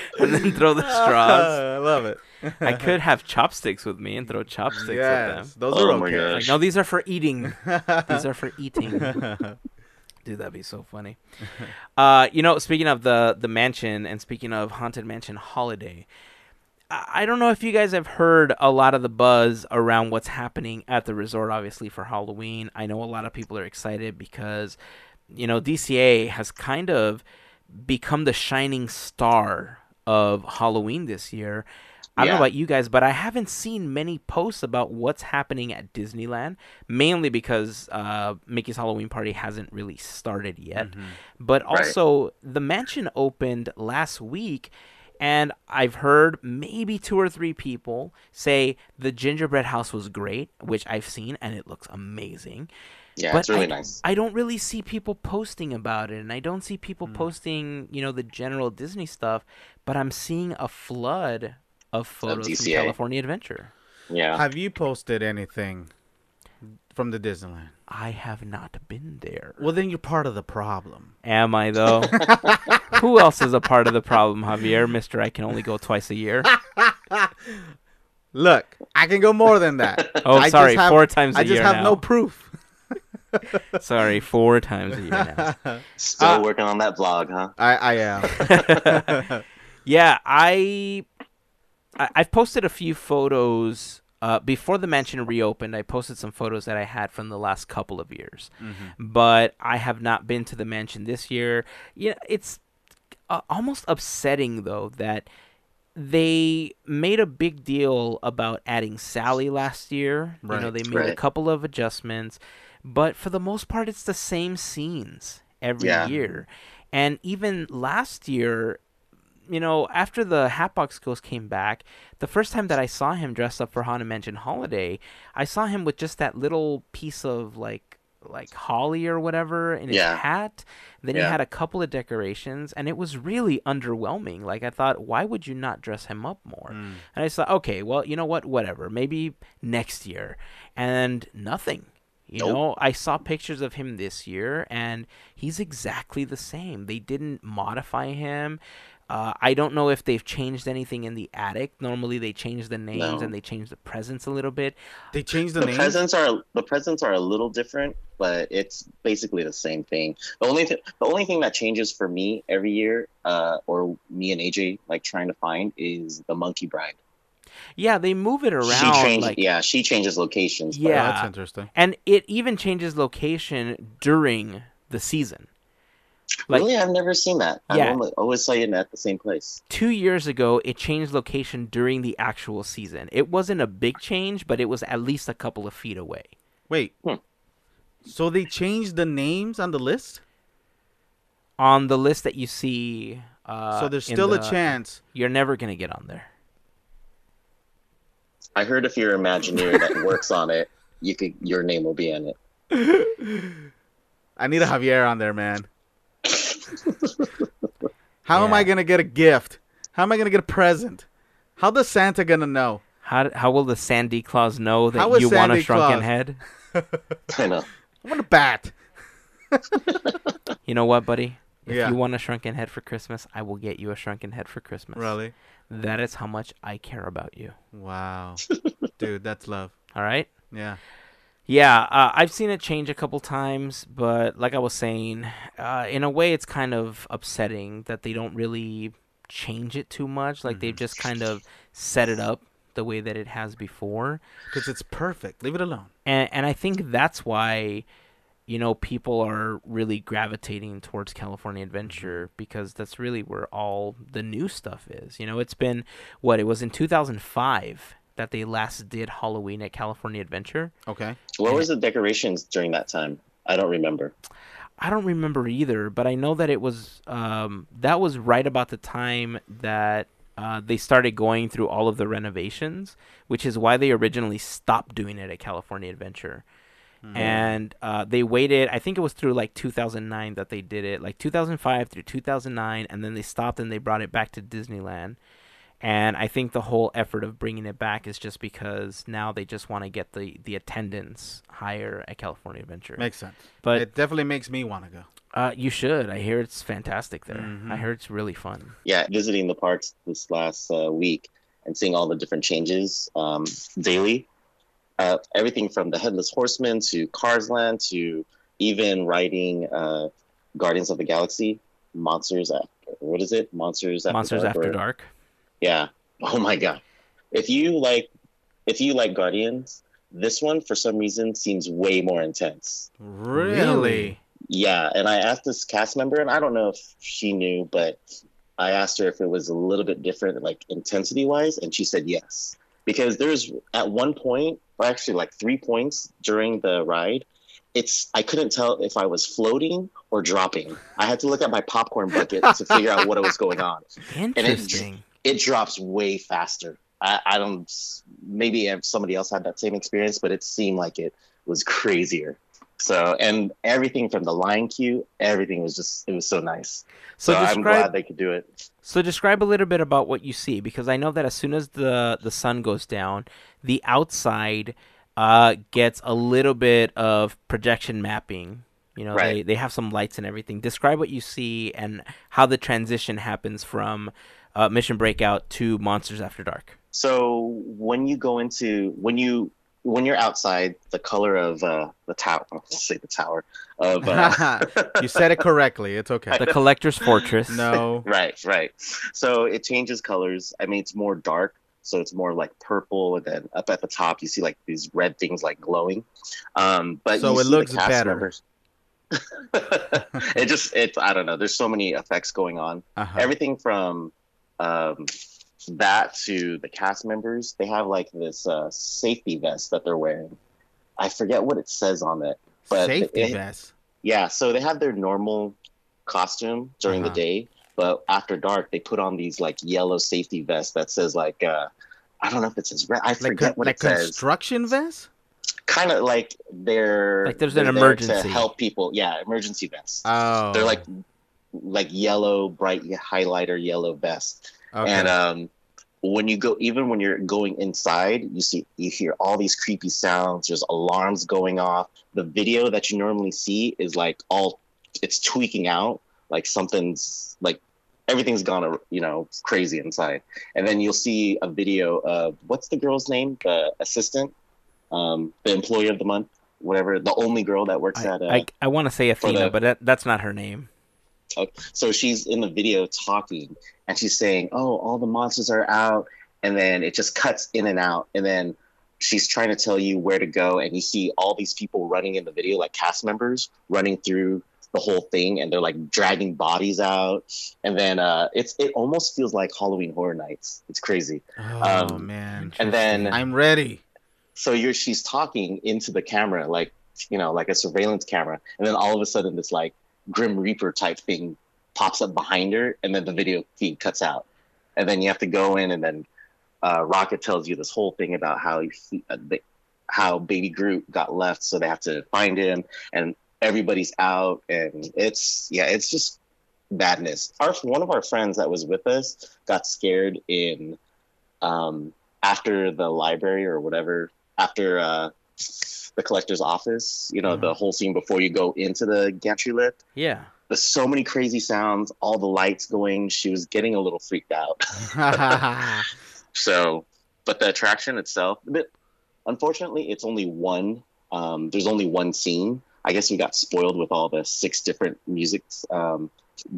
Speaker 1: *laughs* and then throw the straws.
Speaker 3: I love it.
Speaker 1: Uh, I could have chopsticks with me and throw chopsticks at them.
Speaker 3: Yes, those
Speaker 2: Oh
Speaker 3: are
Speaker 2: my
Speaker 3: okay.
Speaker 1: Like, no, these are for eating. These are for eating.
Speaker 3: yeah,
Speaker 1: Dude, that'd be so funny. *laughs* uh, you know, speaking of the the mansion and speaking of haunted mansion holiday, I, I don't know if you guys have heard a lot of the buzz around what's happening at the resort. Obviously for Halloween, I know a lot of people are excited because you know DCA has kind of become the shining star of Halloween this year. I don't know
Speaker 2: Yeah.
Speaker 1: about you guys, but I haven't seen many posts about what's happening at Disneyland, mainly because uh, Mickey's Halloween party hasn't really started yet. But
Speaker 2: Mm-hmm. Right.
Speaker 1: also, the mansion opened last week, and I've heard maybe two or three people say the gingerbread house was great, which I've seen, and it looks amazing.
Speaker 2: yeah,
Speaker 1: But
Speaker 2: it's really
Speaker 1: I-
Speaker 2: nice.
Speaker 1: I don't really see people posting about it, and I don't see people posting, you know, the general Disney stuff. But I'm seeing a flood of photos from
Speaker 2: DCA.
Speaker 1: California Adventure.
Speaker 2: Yeah.
Speaker 3: *laughs* Have you posted anything from the Disneyland?
Speaker 1: I have not been there.
Speaker 3: Well, then you're part of the problem.
Speaker 1: Am I though? Who else is a part of the problem, Javier? Mister, I can only go twice a year.
Speaker 3: Look, I can go more
Speaker 2: *laughs*
Speaker 3: than that.
Speaker 1: Oh,
Speaker 3: I just
Speaker 1: sorry,
Speaker 3: have-
Speaker 1: four times a
Speaker 3: I just
Speaker 1: year
Speaker 3: have
Speaker 1: now.
Speaker 3: no proof.
Speaker 1: Sorry, four times a year now.
Speaker 2: Still
Speaker 1: uh,
Speaker 2: working on that vlog, huh?
Speaker 3: I, I uh, am.
Speaker 1: *laughs* Yeah, I, I I've posted a few photos uh, before the mansion reopened. I posted some photos that I had from the last couple of years, but I have not been to the mansion this year. Yeah, it's uh, almost upsetting though that they made a big deal about adding Sally last year. You know,
Speaker 3: Right.
Speaker 1: they made a
Speaker 2: Right.
Speaker 1: couple of adjustments, but for the most part, it's the same scenes every
Speaker 2: Yeah.
Speaker 1: year. And even last year, you know, after the Hatbox Ghost came back, the first time that I saw him dressed up for Haunted Mansion Holiday, I saw him with just that little piece of like like holly or whatever in his
Speaker 2: Yeah.
Speaker 1: hat. Then he
Speaker 2: Yeah.
Speaker 1: had a couple of decorations, and it was really underwhelming. Like I thought, why would you not dress him up more?
Speaker 2: Mm.
Speaker 1: And I thought, okay, well, you know what? Whatever. Maybe next year. And nothing. You
Speaker 2: Nope.
Speaker 1: know, I saw pictures of him this year, and he's exactly the same. They didn't modify him. Uh, I don't know if they've changed anything in the attic. Normally, they change the names
Speaker 2: No.
Speaker 1: and they change the presence a little bit.
Speaker 3: They
Speaker 2: *laughs*
Speaker 3: changed the,
Speaker 2: The
Speaker 3: name.
Speaker 2: presents are the presents are a little different, but it's basically the same thing. The only th- the only thing that changes for me every year, uh, or me and AJ like trying to find is the monkey bride.
Speaker 1: Yeah, they move it around.
Speaker 2: she changes,
Speaker 1: like,
Speaker 2: yeah, she changes locations.
Speaker 3: Oh,
Speaker 2: but-
Speaker 1: Yeah.
Speaker 3: that's interesting.
Speaker 1: And it even changes location during the season. Like-
Speaker 2: really, I've never seen that.
Speaker 1: Yeah.
Speaker 2: I only, always saw it at the same place.
Speaker 1: two years ago, it changed location during the actual season. It wasn't a big change, but it was at least a couple of feet away.
Speaker 3: Wait.
Speaker 2: Hmm.
Speaker 3: So they changed the names on the list?
Speaker 1: On the list that you see, uh,
Speaker 3: so there's
Speaker 1: in
Speaker 3: still a
Speaker 1: the-
Speaker 3: chance.
Speaker 1: You're never gonna get on there.
Speaker 2: I heard if you're an Imagineer that works on it, you could your name will be in it. *laughs*
Speaker 3: I need a Javier on there, *laughs* man. How am I
Speaker 1: Yeah.
Speaker 3: gonna get a gift? How am I gonna get a present? How does Santa gonna know?
Speaker 1: How how will the Sandy Claus know that
Speaker 3: How is
Speaker 1: you want a
Speaker 3: Sandy
Speaker 1: shrunken
Speaker 3: Claus?
Speaker 1: head?
Speaker 2: I know.
Speaker 3: I want a bat.
Speaker 1: You know what,
Speaker 3: *laughs*
Speaker 1: buddy? If
Speaker 3: Yeah.
Speaker 1: you want a shrunken head for Christmas, I will get you a shrunken head for Christmas.
Speaker 3: Really?
Speaker 1: That is how much I care about you.
Speaker 3: Wow. Dude, that's love.
Speaker 1: All right.
Speaker 3: Yeah.
Speaker 1: Yeah, uh, I've seen it change a couple times, but like I was saying, uh, in a way, it's kind of
Speaker 3: Mm-hmm.
Speaker 1: upsetting that they don't really change it too much. Like they've just kind of set it up the way that it has before.
Speaker 3: because it's perfect. Leave it alone.
Speaker 1: and and I think that's why you know people are really gravitating towards California Adventure because that's really where all the new stuff is. You know, it's been what it was in 2005 that they last did Halloween at California Adventure.
Speaker 3: Okay.
Speaker 2: What was the decorations during that time? I don't remember.
Speaker 1: I don't remember either, but I know that it was um, that was right about the time that uh, they started going through all of the renovations, which is why they originally stopped doing it at California Adventure. And uh, they waited. I think it was through like 2009 that they did it, like 2005 through 2009, and then they stopped and they brought it back to Disneyland. And I think the whole effort of bringing it back is just because now they just want to get the the attendance higher at California Adventure.
Speaker 3: Makes sense.
Speaker 1: but
Speaker 3: it definitely makes me want to go.
Speaker 1: uh, you should. I hear it's fantastic there.
Speaker 3: Mhm.
Speaker 1: I hear it's really fun.
Speaker 2: Yeah, visiting the parks this last uh, week and seeing all the different changes um, daily. Uh, everything from the Headless Horseman to Cars Land to even riding uh, Guardians of the Galaxy, Monsters After. What is it? Monsters After
Speaker 1: Monsters
Speaker 2: Dark,
Speaker 1: After
Speaker 2: or-
Speaker 1: Dark.
Speaker 2: Yeah. *laughs* Oh my god. If you like, if you like Guardians, this one for some reason seems way more intense.
Speaker 3: Really?
Speaker 2: Yeah, and I asked this cast member, and I don't know if she knew, but I asked her if it was a little bit different, like intensity wise, and she said yes. Because there's at one point, or actually like three points during the ride, it's I couldn't tell if I was floating or dropping. I had to look at my popcorn bucket to figure out what was going on.
Speaker 1: Interesting.
Speaker 2: It drops way faster. I, I don't. Maybe if somebody else had that same experience, but it seemed like it was crazier. So, and everything from the line queue, everything was just it was so nice.
Speaker 1: So
Speaker 2: So, I'm glad
Speaker 1: describe
Speaker 2: they could do it.
Speaker 1: so describe a little bit about what you see because I know that as soon as the the sun goes down, the outside uh gets a little bit of projection mapping. You know, they,
Speaker 2: Right.
Speaker 1: they have some lights and everything. Describe what you see and how the transition happens from uh, Mission Breakout to Monsters After Dark.
Speaker 2: So when you go into when you when you're outside, the color of uh, the tower, I'll say the tower of
Speaker 3: *laughs*
Speaker 2: uh,
Speaker 3: you said it correctly.
Speaker 2: *laughs*
Speaker 3: It's okay.
Speaker 1: The Collector's Fortress.
Speaker 3: No.
Speaker 2: Right, right. So it changes colors. I mean, it's more dark, so it's more like purple, and then up at the top you see like these red things like glowing. Um, but
Speaker 3: So
Speaker 2: you
Speaker 3: it
Speaker 2: see the
Speaker 3: looks
Speaker 2: cast
Speaker 3: better.
Speaker 2: members- *laughs* it just it's I don't know. There's so many effects going on.
Speaker 3: Uh-huh.
Speaker 2: Everything from um, that to the cast members. They have like this uh, safety vest that they're wearing. I forget what it says on it. but
Speaker 3: Safety
Speaker 2: it-
Speaker 3: vest.
Speaker 2: Yeah, so they have their normal costume during the
Speaker 3: Uh-huh.
Speaker 2: day, but after dark they put on these like yellow safety vests that says like uh I don't know if it says red. I
Speaker 3: Like,
Speaker 2: forget
Speaker 3: con-
Speaker 2: what
Speaker 3: like
Speaker 2: it says.
Speaker 3: construction vest?
Speaker 2: Kind of like they're
Speaker 1: Like there's an
Speaker 2: they're there
Speaker 1: emergency.
Speaker 2: to help people. Yeah, emergency vests.
Speaker 3: Oh.
Speaker 2: They're like like yellow, bright ye- highlighter yellow vest.
Speaker 3: Okay.
Speaker 2: And um, when you go, even when you're going inside, you see you hear all these creepy sounds. There's alarms going off. The video that you normally see is like all it's tweaking out. Like something's like everything's gone, uh, you know, crazy inside. And then you'll see a video of what's the girl's name? The assistant, um, the employee of the month, whatever. The only girl that works
Speaker 1: I,
Speaker 2: at. Uh,
Speaker 1: I, I want to say Athena,
Speaker 2: the-
Speaker 1: but that, that's not her name.
Speaker 2: so she's in the video talking and she's saying oh all the monsters are out and then it just cuts in and out and then she's trying to tell you where to go and you see all these people running in the video like cast members running through the whole thing and they're like dragging bodies out and then uh it's it almost feels like halloween horror nights it's crazy
Speaker 3: oh,
Speaker 2: um,
Speaker 3: man.
Speaker 2: and then *laughs*
Speaker 3: I'm ready.
Speaker 2: so you're she's talking into the camera like you know like a surveillance camera and then all of a sudden this like grim reaper type thing pops up behind her and then the video feed cuts out and then you have to go in and then uh, rocket tells you this whole thing about how he, uh, the, how baby groot got left so they have to find him and everybody's out and it's yeah it's just madness our one of our friends that was with us got scared in um after the library or whatever after uh the collector's office you know the
Speaker 1: Mm-hmm.
Speaker 2: whole scene before you go into the gantry lift
Speaker 1: Yeah.
Speaker 2: there's so many crazy sounds all the lights going she was getting a little freaked out *laughs* so but the attraction itself but unfortunately it's only one um there's only one scene i guess we got spoiled with all the six different music um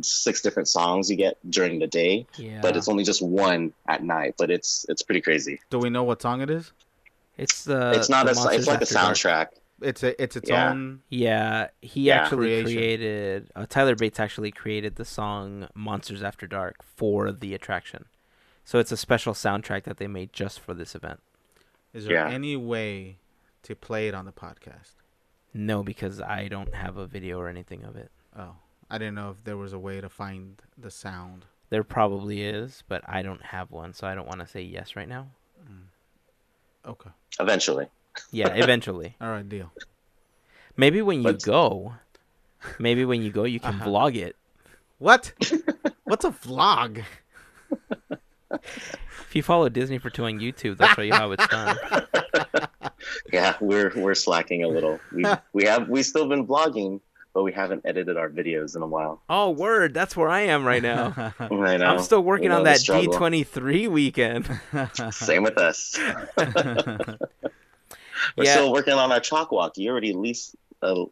Speaker 2: six different songs you get during the day,
Speaker 1: Yeah.
Speaker 2: but it's only just one at night. But it's it's pretty crazy.
Speaker 3: Do we know what song it is?
Speaker 1: it's the
Speaker 2: it's not
Speaker 1: Uh, the
Speaker 2: as
Speaker 1: Monsters
Speaker 2: it's like a
Speaker 1: After Dark.
Speaker 2: soundtrack.
Speaker 3: It's a, it's its
Speaker 2: Yeah.
Speaker 3: own.
Speaker 1: Yeah, he
Speaker 2: Yeah.
Speaker 1: actually
Speaker 3: Creation.
Speaker 1: created. Uh, Tyler Bates actually created the song "Monsters After Dark" for the attraction, so it's a special soundtrack that they made just for this event.
Speaker 3: Is there
Speaker 2: Yeah.
Speaker 3: any way to play it on the podcast?
Speaker 1: No, because I don't have a video or anything of it.
Speaker 3: Oh, I didn't know if there was a way to find the sound.
Speaker 1: There probably is, but I don't have one, so I don't want to say yes right now.
Speaker 3: Okay.
Speaker 2: Eventually, *laughs*
Speaker 1: Yeah, eventually.
Speaker 3: All right, deal.
Speaker 1: Maybe when you
Speaker 2: But-
Speaker 1: go, maybe when you go, you can
Speaker 3: Uh-huh.
Speaker 1: vlog it.
Speaker 2: *laughs*
Speaker 3: What? What's a vlog?
Speaker 1: If you follow Disney for two on YouTube, they'll show you how it's done.
Speaker 2: yeah, we're we're slacking a little.
Speaker 1: *laughs*
Speaker 2: We we have we still been blogging, but we haven't edited our videos in a while.
Speaker 1: Oh, word! That's where I am right
Speaker 3: *laughs*
Speaker 1: now.
Speaker 2: I know.
Speaker 1: I'm still
Speaker 2: we
Speaker 1: working
Speaker 2: know
Speaker 1: on
Speaker 2: the
Speaker 1: that
Speaker 2: struggle.
Speaker 1: D23 weekend.
Speaker 2: *laughs* Same with
Speaker 1: *laughs*
Speaker 2: us. We're
Speaker 1: Yeah.
Speaker 2: still working on our chalk walk. You already least uh,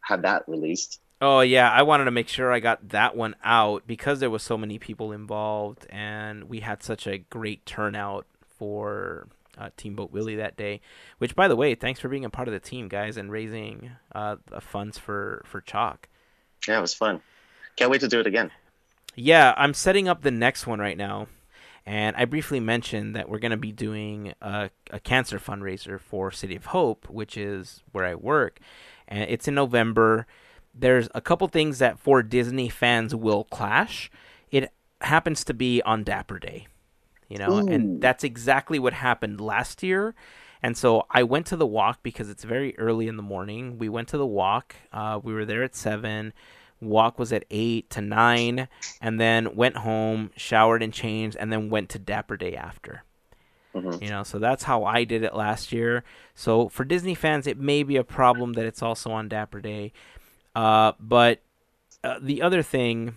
Speaker 2: had that released.
Speaker 1: Oh yeah, I wanted to make sure I got that one out because there was so many people involved, and we had such a great turnout for uh, Team Boat Willie that day. Which, by the way, thanks for being a part of the team, guys, and raising uh, the funds for for Chalk.
Speaker 2: Yeah, it was fun. Can't wait to do it again.
Speaker 1: Yeah, I'm setting up the next one right now. And I briefly mentioned that we're going to be doing a, a cancer fundraiser for City of Hope, which is where I work. And it's in November. There's a couple things that for Disney fans will clash. It happens to be on Dapper Day, you know,
Speaker 2: Ooh.
Speaker 1: and that's exactly what happened last year. And so I went to the walk because it's very early in the morning. We went to the walk. Uh, we were there at seven. Walk was at eight to nine, and then went home, showered and changed, and then went to Dapper Day after.
Speaker 2: Mhm.
Speaker 1: You know, so that's how I did it last year. So for Disney fans, it may be a problem that it's also on Dapper Day. Uh, but uh, the other thing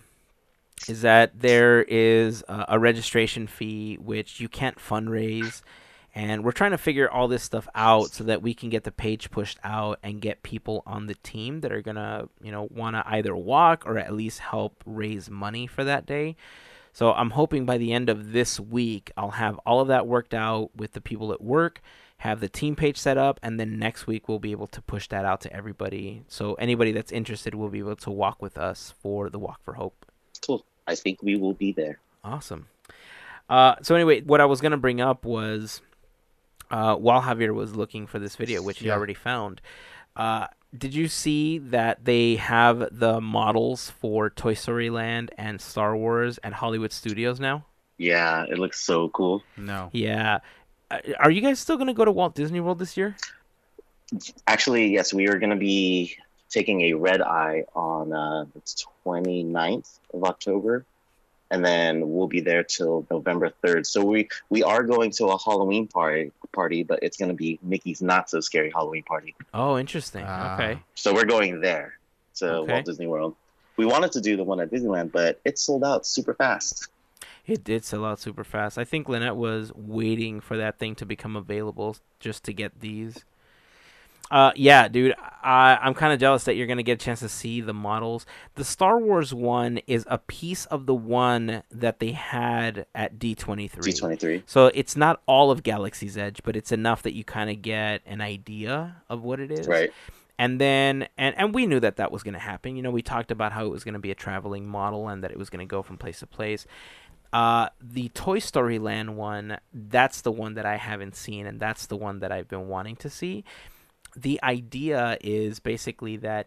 Speaker 1: is that there is a, a registration fee which you can't fundraise and we're trying to figure all this stuff out so that we can get the page pushed out and get people on the team that are gonna you know want to either walk or at least help raise money for that day so i'm hoping by the end of this week i'll have all of that worked out with the people at work have the team page set up and then next week we'll be able to push that out to everybody so anybody that's interested will be able to walk with us for the walk for hope
Speaker 2: Cool. I think we will be there.
Speaker 1: Awesome. Uh, so anyway, what I was gonna bring up was uh, while Javier was looking for this video, which he
Speaker 3: Yeah.
Speaker 1: already found, uh, did you see that they have the models for Toy Story Land and Star Wars at Hollywood Studios now?
Speaker 2: Yeah, it looks so cool.
Speaker 3: no.
Speaker 1: Yeah. Uh, Are you guys still gonna go to Walt Disney World this year?
Speaker 2: Actually, yes, we are going to be taking a red eye on uh, the 29th of October, and then we'll be there till November 3rd. So we we are going to a Halloween party, party but it's going to be Mickey's Not So Scary Halloween Party.
Speaker 1: Oh, interesting.
Speaker 3: Ah.
Speaker 1: okay.
Speaker 2: So we're going there to
Speaker 1: Okay.
Speaker 2: Walt Disney World. We wanted to do the one at Disneyland, but it sold out super fast.
Speaker 1: It did sell out super fast. I think Lynette was waiting for that thing to become available just to get these. Uh, yeah, dude, I, I'm kind of jealous that you're gonna get a chance to see the models. The Star Wars one is a piece of the one that they had at D23.
Speaker 2: D23.
Speaker 1: So it's not all of Galaxy's Edge, but it's enough that you kind of get an idea of what it is
Speaker 2: Right.
Speaker 1: and then and and we knew that that was going to happen you know we talked about how it was going to be a traveling model and that it was going to go from place to place uh, the toy story land one that's the one that i haven't seen and that's the one that i've been wanting to see the idea is basically that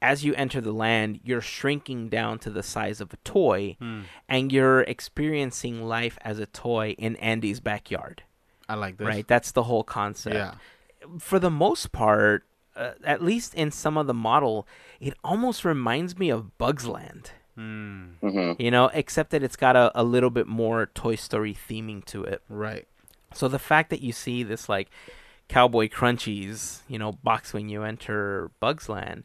Speaker 1: as you enter the land you're shrinking down to the size of a toy
Speaker 3: Hmm.
Speaker 1: and you're experiencing life as a toy in andy's backyard
Speaker 3: I like this.
Speaker 1: right that's the whole concept
Speaker 3: Yeah.
Speaker 1: for the most part, uh, at least in some of the model, it almost reminds me of Bugs Land,
Speaker 3: Hmm.
Speaker 2: hmm
Speaker 1: you know, except that it's got a, a little bit more Toy Story theming to it.
Speaker 3: Right.
Speaker 1: So the fact that you see this like cowboy crunchies, you know, box when you enter Bugs Land,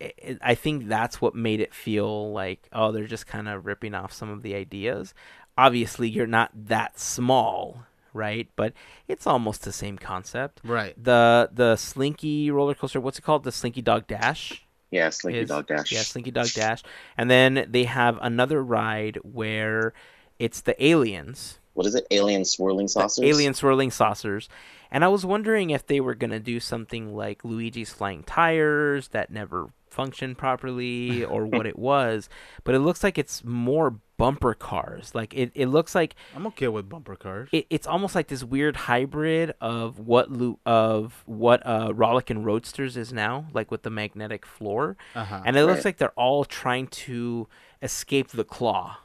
Speaker 1: i i I think that's what made it feel like oh they're just kind of ripping off some of the ideas. Obviously, you're not that small, right? But it's almost the same concept
Speaker 3: Right.
Speaker 1: the the Slinky roller coaster. What's it called? The Slinky Dog Dash.
Speaker 2: Yeah, Slinky
Speaker 1: Is-
Speaker 2: Dog Dash.
Speaker 1: Yeah, Slinky Dog Dash. And then they have another ride where it's the aliens,
Speaker 2: What is it? Alien swirling
Speaker 1: the
Speaker 2: saucers.
Speaker 1: alien swirling saucers. And I was wondering if they were gonna do something like Luigi's flying tires that never functioned
Speaker 2: *laughs*
Speaker 1: properly or what it was, but it looks like it's more bumper cars. Like it, it looks like
Speaker 3: I'm okay with bumper cars.
Speaker 1: it, it's almost like this weird hybrid of what Lu- of what uh, Rollickin' Roadsters is now, like with the magnetic floor,
Speaker 3: Uh huh.
Speaker 1: and it looks
Speaker 2: Right.
Speaker 1: like they're all trying to escape the claw.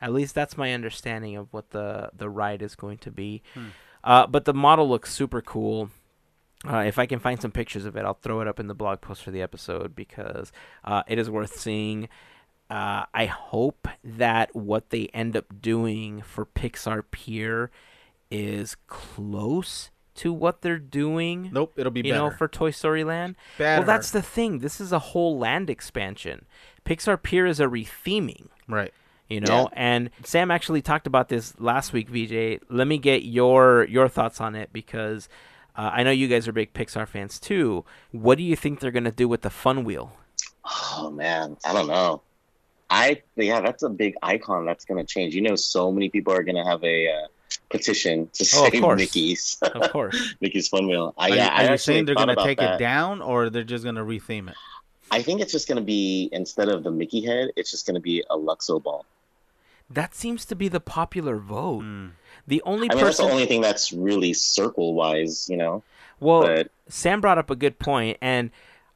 Speaker 1: At least that's my understanding of what the the ride is going to be.
Speaker 3: Hmm.
Speaker 1: Uh, but the model looks super cool. Uh, if I can find some pictures of it, I'll throw it up in the blog post for the episode because uh, it is worth seeing. Uh, I hope that what they end up doing for Pixar Pier is close to what they're doing,
Speaker 3: Nope, it'll be
Speaker 1: you know,
Speaker 3: better.
Speaker 1: for Toy Story Land.
Speaker 3: better.
Speaker 1: Well, that's the thing. This is a whole land expansion. Pixar Pier is a retheming,
Speaker 3: right.
Speaker 1: you know. And Sam actually talked about this last week, VJ. Let me get your your thoughts on it because uh, I know you guys are big Pixar fans too. What do you think they're gonna do with the Fun Wheel?
Speaker 2: Oh man, I don't know. I yeah, that's a big icon that's gonna change. You know, so many people are gonna have a uh, petition to
Speaker 1: Oh, of
Speaker 2: save
Speaker 1: course.
Speaker 2: Mickey's *laughs*
Speaker 1: Of course.
Speaker 2: Mickey's Fun Wheel. I,
Speaker 3: Are, you-
Speaker 2: Uh, yeah, I
Speaker 3: are you
Speaker 2: actually
Speaker 3: saying they're
Speaker 2: thought
Speaker 3: gonna
Speaker 2: about
Speaker 3: take
Speaker 2: that.
Speaker 3: it down or they're just gonna retheme it? *laughs*
Speaker 2: I think it's just gonna be instead of the Mickey head, it's just gonna be a Luxo ball.
Speaker 1: that seems to be the popular vote.
Speaker 3: Mm.
Speaker 1: The only
Speaker 2: Hmm. I mean, that's the
Speaker 1: person.
Speaker 2: only thing that's really circle wise, you know.
Speaker 3: Oh.
Speaker 1: well,
Speaker 2: but
Speaker 1: Sam brought up a good point, and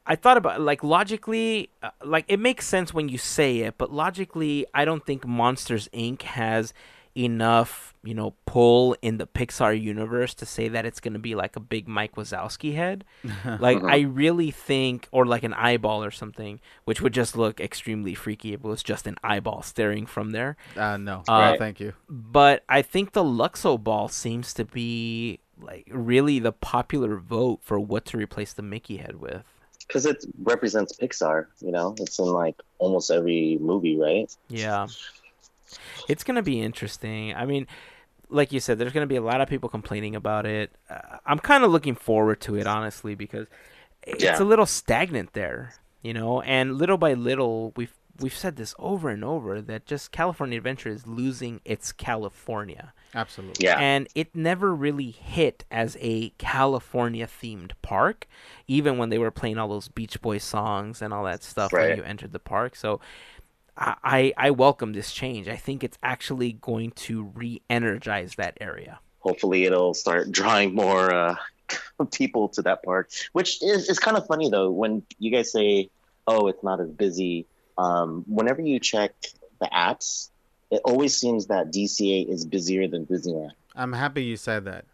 Speaker 1: I thought about like logically, uh, like it makes sense when you say it, but logically, I don't think Monsters Inc. has enough, you know, pull in the Pixar universe to say that it's going to be like a big Mike Wazowski head. Like
Speaker 2: Mhm.
Speaker 1: I really think, or like an eyeball or something, which would just look extremely freaky if it was just an eyeball staring from there.
Speaker 3: Uh, no,
Speaker 1: Uh,
Speaker 3: no, thank you.
Speaker 1: But I think the Luxo Ball seems to be like really the popular vote for what to replace the Mickey head with.
Speaker 2: because it represents Pixar, you know, it's in like almost every movie, right?
Speaker 1: Yeah. It's going to be interesting. I mean, like you said, there's going to be a lot of people complaining about it. Uh, I'm kind of looking forward to it, honestly, because it's
Speaker 2: Yeah.
Speaker 1: a little stagnant there, you know, and little by little, we've We've said this over and over that just California Adventure is losing its California.
Speaker 3: Absolutely.
Speaker 2: Yeah,
Speaker 1: And it never really hit as a California themed park, even when they were playing all those Beach Boys songs and all that stuff when
Speaker 2: Right.
Speaker 1: you entered the park. So I, I, I welcome this change. I think it's actually going to re energize that area.
Speaker 2: hopefully it'll start *laughs* drawing more uh, *laughs* people to that park which is, is kind of funny though when you guys say oh it's not as busy um, whenever you check the apps it always seems that dca is busier than disneyland
Speaker 3: I'm happy you said that.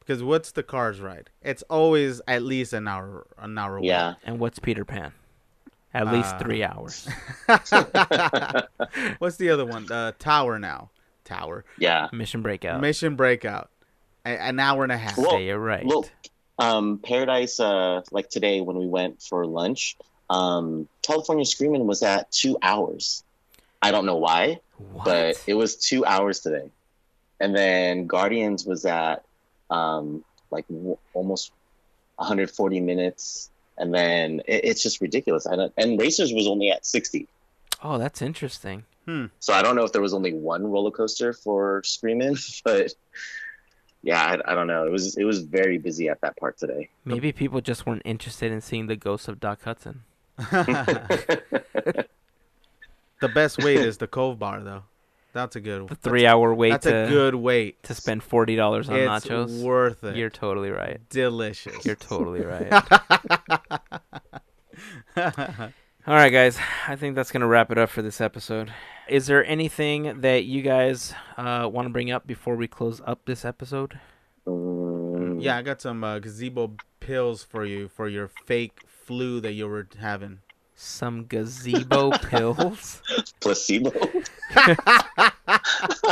Speaker 3: Because what's the cars ride? It's always at least an hour, an hour away.
Speaker 2: yeah *laughs*
Speaker 1: And what's Peter Pan? At least
Speaker 3: Uh,
Speaker 1: three hours.
Speaker 3: *laughs* what's the other one? Uh, Tower now. Tower.
Speaker 2: yeah
Speaker 1: Mission Breakout.
Speaker 3: Mission Breakout. A- an hour and a half.
Speaker 2: Well, *laughs*
Speaker 1: yeah, you're right.
Speaker 2: well um, paradise uh, like today when we went for lunch um, california screaming was at two hours i don't know why
Speaker 1: what?
Speaker 2: but it was two hours today. And then Guardians was at um, like w- almost 140 minutes. And then it, it's just ridiculous. I don't, and Racers was only at 60.
Speaker 1: oh, that's interesting.
Speaker 2: So I don't know if there was only one roller coaster for Screamin', *laughs* but yeah, I, I don't know. It was it was very busy at that park today.
Speaker 1: Maybe people just weren't interested in seeing the ghost of Doc Hudson.
Speaker 3: the best wait is *laughs* the Cove Bar, though. That's a good.
Speaker 1: The three hour wait
Speaker 3: That's,
Speaker 1: to,
Speaker 3: a good wait.
Speaker 1: to spend $40 on
Speaker 3: It's
Speaker 1: nachos.
Speaker 3: worth it.
Speaker 1: You're totally right.
Speaker 3: delicious.
Speaker 1: You're totally right. *laughs* All right, guys. I think that's going to wrap it up for this episode. Is there anything that you guys uh, want to bring up before we close up this episode?
Speaker 2: Mm,
Speaker 3: yeah, I got some uh, gazebo pills for you for your fake flu that you were having.
Speaker 1: Some *laughs* gazebo pills.
Speaker 2: placebo. *laughs*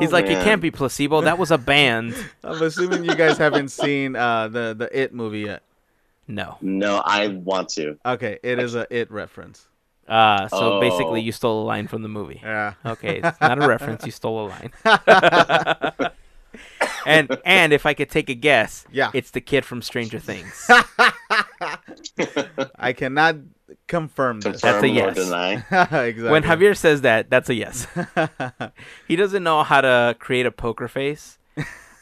Speaker 1: He's like, it can't be placebo. That was a band.
Speaker 3: I'm assuming you guys *laughs* haven't seen uh, the the It movie yet.
Speaker 1: No.
Speaker 2: No, I want to.
Speaker 3: Okay, it is a It reference.
Speaker 1: Uh, so basically,
Speaker 2: Oh.
Speaker 1: you stole a line from the movie.
Speaker 3: Yeah.
Speaker 1: Okay, it's not a reference. You stole a line. and and if I could take a guess,
Speaker 3: Yeah.
Speaker 1: it's the kid from Stranger Things.
Speaker 3: I cannot confirm this.
Speaker 1: That's a
Speaker 2: Confirm or
Speaker 1: yes.
Speaker 2: deny.
Speaker 3: *laughs* exactly.
Speaker 1: When Javier says that, that's a yes. He doesn't know how to create a poker face.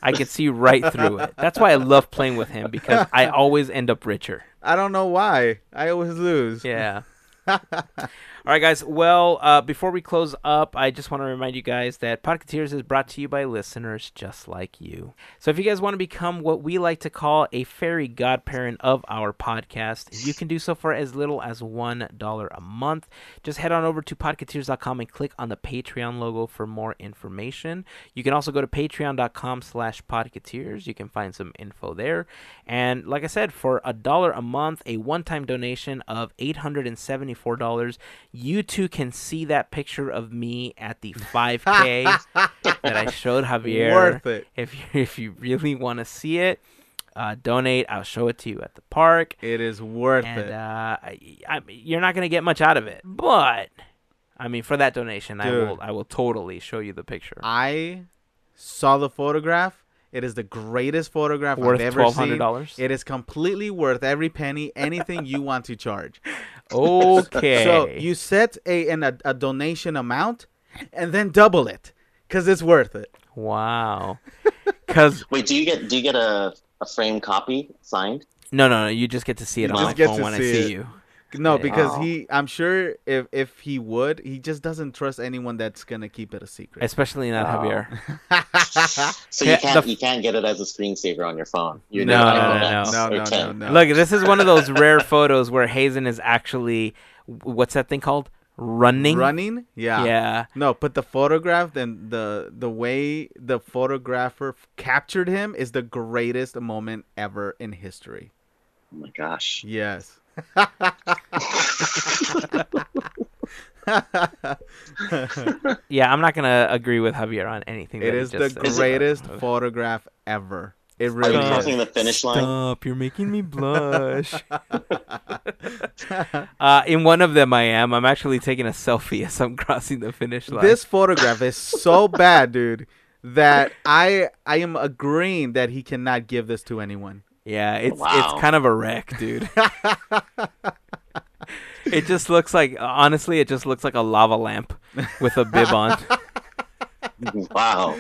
Speaker 1: I could see right through it. That's why I love playing with him because I always end up richer.
Speaker 3: *laughs* I don't know why. I always lose.
Speaker 1: Yeah. *laughs* All right, guys. Well, uh, before we close up, I just want to remind you guys that Podcateers is brought to you by listeners just like you. So if you guys want to become what we like to call a fairy godparent of our podcast, you can do so for as little as $1 a month. Just head on over to podcateers.com and click on the Patreon logo for more information. You can also go to patreon.com slash podcateers. You can find some info there. And like I said, for a dollar a month, a one-time donation of $874, you too can see that picture of me at the 5K that I showed Javier.
Speaker 3: Worth it.
Speaker 1: If you, *laughs* if you really want to see it, uh, donate. I'll show it to you at the park
Speaker 3: It is worth
Speaker 1: and
Speaker 3: it.
Speaker 1: uh, I, I, you're not gonna get much out of it. But I mean, for that donation, I
Speaker 3: Dude.
Speaker 1: will I will totally show you the picture.
Speaker 3: I saw the photograph. It is the greatest photograph
Speaker 1: Worth
Speaker 3: I've ever
Speaker 1: twelve hundred
Speaker 3: seen.
Speaker 1: dollars.
Speaker 3: It is completely worth every penny, anything you want to charge.
Speaker 1: *laughs* Okay.
Speaker 3: So you set a an, a, a donation amount, and then double it, cause it's worth it. *laughs*
Speaker 1: wow. Because
Speaker 2: Wait, do you get do you get a a framed copy signed?
Speaker 1: no, no, no. You just get to see it
Speaker 3: You
Speaker 1: on
Speaker 3: just
Speaker 1: my
Speaker 3: get
Speaker 1: phone
Speaker 3: to
Speaker 1: when I
Speaker 3: see
Speaker 1: see
Speaker 3: it.
Speaker 1: you.
Speaker 3: No, because
Speaker 2: Wow.
Speaker 3: he, I'm sure if if he would, he just doesn't trust anyone that's gonna keep it a secret.
Speaker 1: Especially not
Speaker 3: Oh,
Speaker 2: Wow.
Speaker 1: Javier.
Speaker 2: So
Speaker 1: Yeah,
Speaker 2: you can't
Speaker 1: the-
Speaker 2: you can't get it as a screensaver on your phone. You
Speaker 1: No,
Speaker 2: need
Speaker 1: no,
Speaker 2: iPhone
Speaker 1: no,
Speaker 2: X
Speaker 3: no,
Speaker 2: or
Speaker 3: no,
Speaker 2: 10.
Speaker 3: no,
Speaker 1: Look, this is one of those rare photos where Hazen is actually what's that thing called? Running.
Speaker 3: Running, yeah,
Speaker 1: Yeah.
Speaker 3: No, but the photograph and the the way the photographer f- captured him is the greatest moment ever in history.
Speaker 2: Oh my
Speaker 1: *laughs*
Speaker 2: gosh.
Speaker 3: *laughs* Yes.
Speaker 1: Yeah. I'm not gonna agree with Javier on anything.
Speaker 3: it
Speaker 1: that he
Speaker 3: is the
Speaker 1: just said.
Speaker 3: greatest photograph ever. It
Speaker 2: Are
Speaker 3: really
Speaker 2: you
Speaker 1: Stop.
Speaker 2: crossing
Speaker 3: is.
Speaker 2: the finish line?
Speaker 1: Stop! You're making me
Speaker 3: *laughs*
Speaker 1: blush. *laughs* uh, in one of them, I am. I'm actually taking a selfie as I'm crossing the finish line.
Speaker 3: This photograph
Speaker 1: *laughs*
Speaker 3: is so bad, dude, that I I am agreeing that he cannot give this to anyone.
Speaker 1: yeah, it's
Speaker 2: Wow.
Speaker 1: it's kind of a wreck, *laughs* dude. it just looks like honestly, it just looks like a lava lamp with a bib
Speaker 3: *laughs*
Speaker 1: on.
Speaker 2: Wow.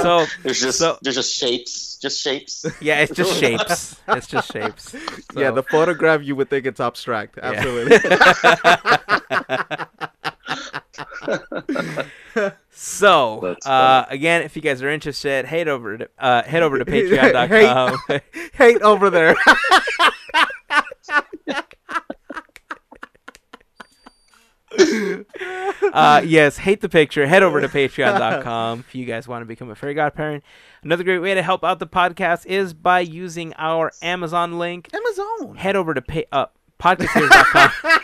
Speaker 1: so
Speaker 2: There's just
Speaker 1: So-
Speaker 2: there's just shapes, just
Speaker 1: *laughs*
Speaker 2: shapes. *laughs*
Speaker 1: yeah, it's just shapes. It's just shapes.
Speaker 3: *laughs* Yeah,
Speaker 1: So-
Speaker 3: the photograph you would think it's abstract.
Speaker 1: Yeah.
Speaker 3: Absolutely. *laughs*
Speaker 1: So,
Speaker 2: That's
Speaker 1: uh, again, if you guys are interested, head over to uh, head over to *laughs*
Speaker 3: *laughs*
Speaker 1: patreon.com.
Speaker 3: Hate
Speaker 1: *laughs*
Speaker 3: over there.
Speaker 1: uh, yes, hate the picture. Head over to patreon.com if you guys want to become a fairy godparent. Another great way to help out the podcast is by using our Amazon link.
Speaker 3: Amazon.
Speaker 1: Head over to pay, uh, podcasteers.com.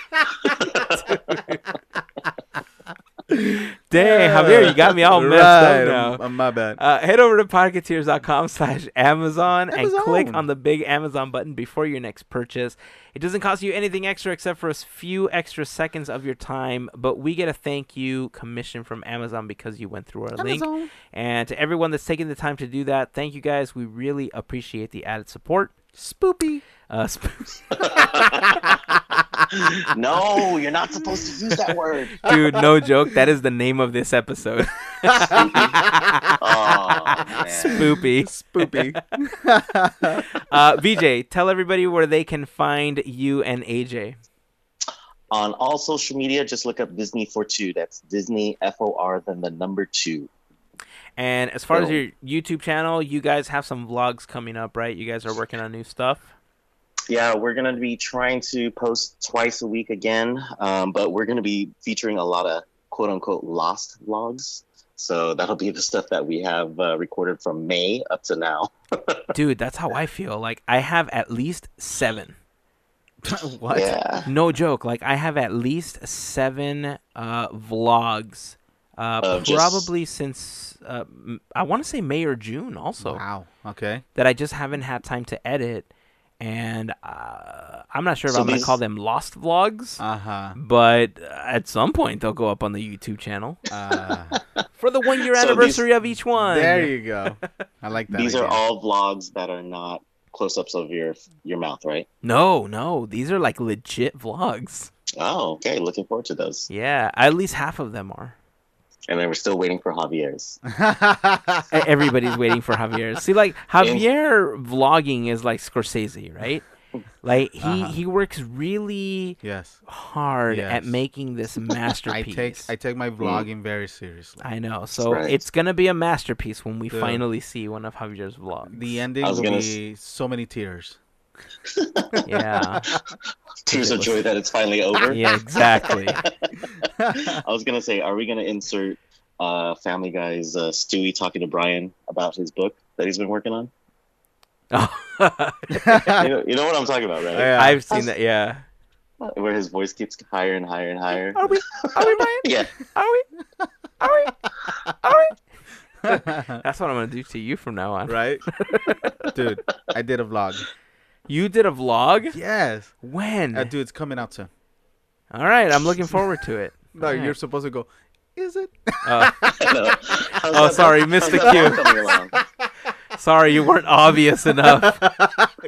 Speaker 1: *laughs* Dang, Javier, you got me
Speaker 3: *laughs*
Speaker 1: all messed
Speaker 3: Right,
Speaker 1: up now.
Speaker 3: um, my bad.
Speaker 1: Uh, head over to podcateers.com slash Amazon and
Speaker 3: Amazon.
Speaker 1: click on the big Amazon button before your next purchase. It doesn't cost you anything extra except for a few extra seconds of your time, but we get a thank you commission from Amazon because you went through our link.
Speaker 3: Amazon.
Speaker 1: And to everyone that's taking the time to do that, thank you guys. We really appreciate the added support. *laughs*
Speaker 3: Spoopy.
Speaker 1: Uh, sp-
Speaker 2: no, you're not supposed to use
Speaker 1: *laughs*
Speaker 2: that word.
Speaker 1: dude,
Speaker 3: *laughs*
Speaker 1: no joke. That is the name of this episode. *laughs*
Speaker 2: Oh, man.
Speaker 1: Spoopy. *laughs*
Speaker 3: Spoopy. *laughs*
Speaker 1: Uh, VJ, tell everybody where they can find you and AJ.
Speaker 2: On all social media, just look up Disney for two. That's Disney F O R then the number two.
Speaker 1: And as far as
Speaker 2: Cool.
Speaker 1: your YouTube channel, you guys have some vlogs coming up, right? You guys are working on new stuff.
Speaker 2: *laughs* Yeah, we're gonna be trying to post twice a week again, um, but we're gonna be featuring a lot of quote unquote lost vlogs. So that'll be the stuff that we have uh, recorded from May up to now.
Speaker 1: Dude, that's how I feel. Like I have at least 7. *laughs*
Speaker 3: what?
Speaker 2: Yeah,
Speaker 1: No joke. Like I have at least 7 uh vlogs uh
Speaker 2: Of Oh, just-
Speaker 1: probably since uh, m- I want to say May or June also.
Speaker 3: Wow. Okay.
Speaker 1: that I just haven't had time to edit, and uh, I'm not sure if
Speaker 2: So
Speaker 1: I'm going
Speaker 2: these-
Speaker 1: to call them lost vlogs,
Speaker 3: Uh huh.
Speaker 1: but at some point they'll go up on the YouTube channel *laughs*
Speaker 3: Uh,
Speaker 1: for the one year
Speaker 2: *laughs* So these-
Speaker 1: anniversary of each one.
Speaker 3: there you go. I like that.
Speaker 2: these are
Speaker 3: idea.
Speaker 2: all vlogs that are not close-ups of your your mouth, right?
Speaker 1: No, no, these are like legit vlogs.
Speaker 2: Oh, okay. Looking forward to those.
Speaker 1: Yeah, at least half of them are.
Speaker 2: And then we're still waiting for Javier's.
Speaker 1: E- Everybody's waiting for Javier. See,
Speaker 3: *laughs*
Speaker 1: like Javier vlogging is like Scorsese, right? Like he
Speaker 3: Uh-huh.
Speaker 1: he works really
Speaker 3: *laughs* yes.
Speaker 1: hard at
Speaker 3: Yes.
Speaker 1: making this
Speaker 3: *laughs* I
Speaker 1: masterpiece.
Speaker 3: take I take
Speaker 2: Hmm.
Speaker 3: my vlogging very seriously.
Speaker 1: I know. So
Speaker 2: Right.
Speaker 1: it's gonna be a masterpiece when we
Speaker 3: Dude.
Speaker 1: finally see one of Javier's vlogs.
Speaker 3: The ending
Speaker 2: I was
Speaker 3: will
Speaker 2: gonna
Speaker 3: be so
Speaker 1: *laughs*
Speaker 3: many tears. *laughs*
Speaker 1: yeah,
Speaker 2: Tears of joy that it's finally over.
Speaker 1: yeah,
Speaker 3: *laughs*
Speaker 1: exactly. *laughs*
Speaker 2: I was gonna say, are we gonna insert uh, Family Guy's uh, Stewie talking to Brian about his book that he's been working on? You know, you know what I'm talking about, right?
Speaker 3: Yeah.
Speaker 1: I've seen that.
Speaker 3: *laughs*
Speaker 1: Yeah.
Speaker 2: *laughs* Where his voice keeps higher and higher and higher.
Speaker 1: Are we? Are we, Brian?
Speaker 2: Yeah,
Speaker 1: Are we? Are we? Are we? That's what I'm gonna do to you from now on.
Speaker 3: right? Dude, I did a vlog.
Speaker 1: You did a vlog.
Speaker 3: Yes.
Speaker 1: When?
Speaker 3: Uh, dude, it's coming out soon.
Speaker 1: All right, I'm looking forward to it.
Speaker 3: *laughs* No,
Speaker 1: Alright.
Speaker 3: you're supposed to go, is it? *laughs*
Speaker 1: Uh,
Speaker 2: *laughs* I know. How's
Speaker 1: Oh,
Speaker 2: that-
Speaker 1: sorry,
Speaker 2: how's
Speaker 1: missed the
Speaker 2: that
Speaker 1: cue.
Speaker 2: not coming along?
Speaker 1: sorry, you
Speaker 3: *laughs*
Speaker 1: weren't obvious enough.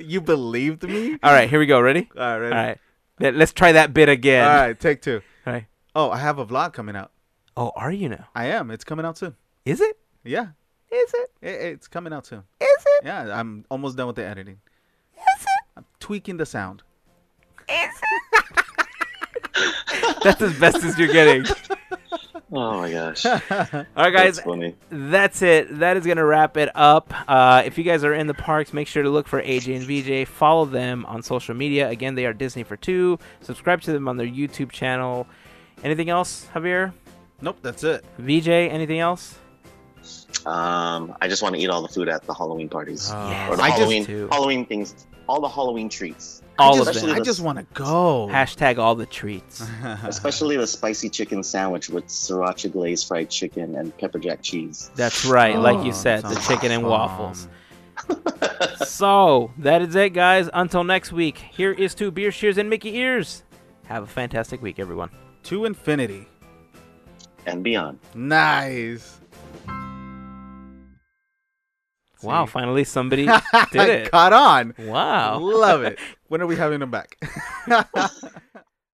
Speaker 3: you believed me?
Speaker 1: *laughs* All right, here we go. Ready?
Speaker 3: All right.
Speaker 1: All right. Let- Let's try that bit again.
Speaker 3: All right, take two.
Speaker 1: All right.
Speaker 3: Oh, I have a vlog coming out.
Speaker 1: Oh, are you now?
Speaker 3: I am. It's coming out soon.
Speaker 1: Is it?
Speaker 3: Yeah,
Speaker 1: Is it?
Speaker 3: it, it's coming out soon.
Speaker 1: Is it?
Speaker 3: Yeah, I'm almost done with the editing. I'm tweaking the sound.
Speaker 1: *laughs* That's as best as you're getting.
Speaker 2: *laughs* Oh
Speaker 1: *laughs*
Speaker 2: my gosh,
Speaker 1: All right, guys.
Speaker 2: that's funny.
Speaker 1: That's it. That is going to wrap it up. Uh, if you guys are in the parks, make sure to look for AJ and VJ. Follow them on social media. Again, they are Disney for Two. Subscribe to them on their YouTube channel. Anything else, Javier?
Speaker 3: Nope, that's it.
Speaker 1: VJ, anything else?
Speaker 2: Um, I just want to eat all the food at the Halloween parties
Speaker 1: Yes.
Speaker 2: or Uh, the
Speaker 3: I just-
Speaker 2: Halloween
Speaker 1: Oh, too.
Speaker 2: Halloween things, all the Halloween treats,
Speaker 1: All of
Speaker 3: I just, Uh-huh.
Speaker 2: especially
Speaker 1: them.
Speaker 3: I
Speaker 2: the-
Speaker 3: just want to go.
Speaker 1: *laughs* Hashtag all the treats.
Speaker 2: especially the spicy chicken sandwich with sriracha glazed fried chicken and pepper jack cheese.
Speaker 1: That's right, like you
Speaker 3: Oh,
Speaker 1: said, the
Speaker 3: sounds
Speaker 1: chicken and
Speaker 3: fun. *laughs*
Speaker 1: waffles. so that is it, guys. Until next week, here is to beer shears and Mickey ears. Have a fantastic week, everyone.
Speaker 3: To infinity.
Speaker 2: and beyond.
Speaker 3: Nice.
Speaker 1: Wow,
Speaker 3: See?
Speaker 1: finally somebody
Speaker 3: *laughs*
Speaker 1: did it.
Speaker 3: Caught on.
Speaker 1: Wow. *laughs*
Speaker 3: Love it. When are we having them back?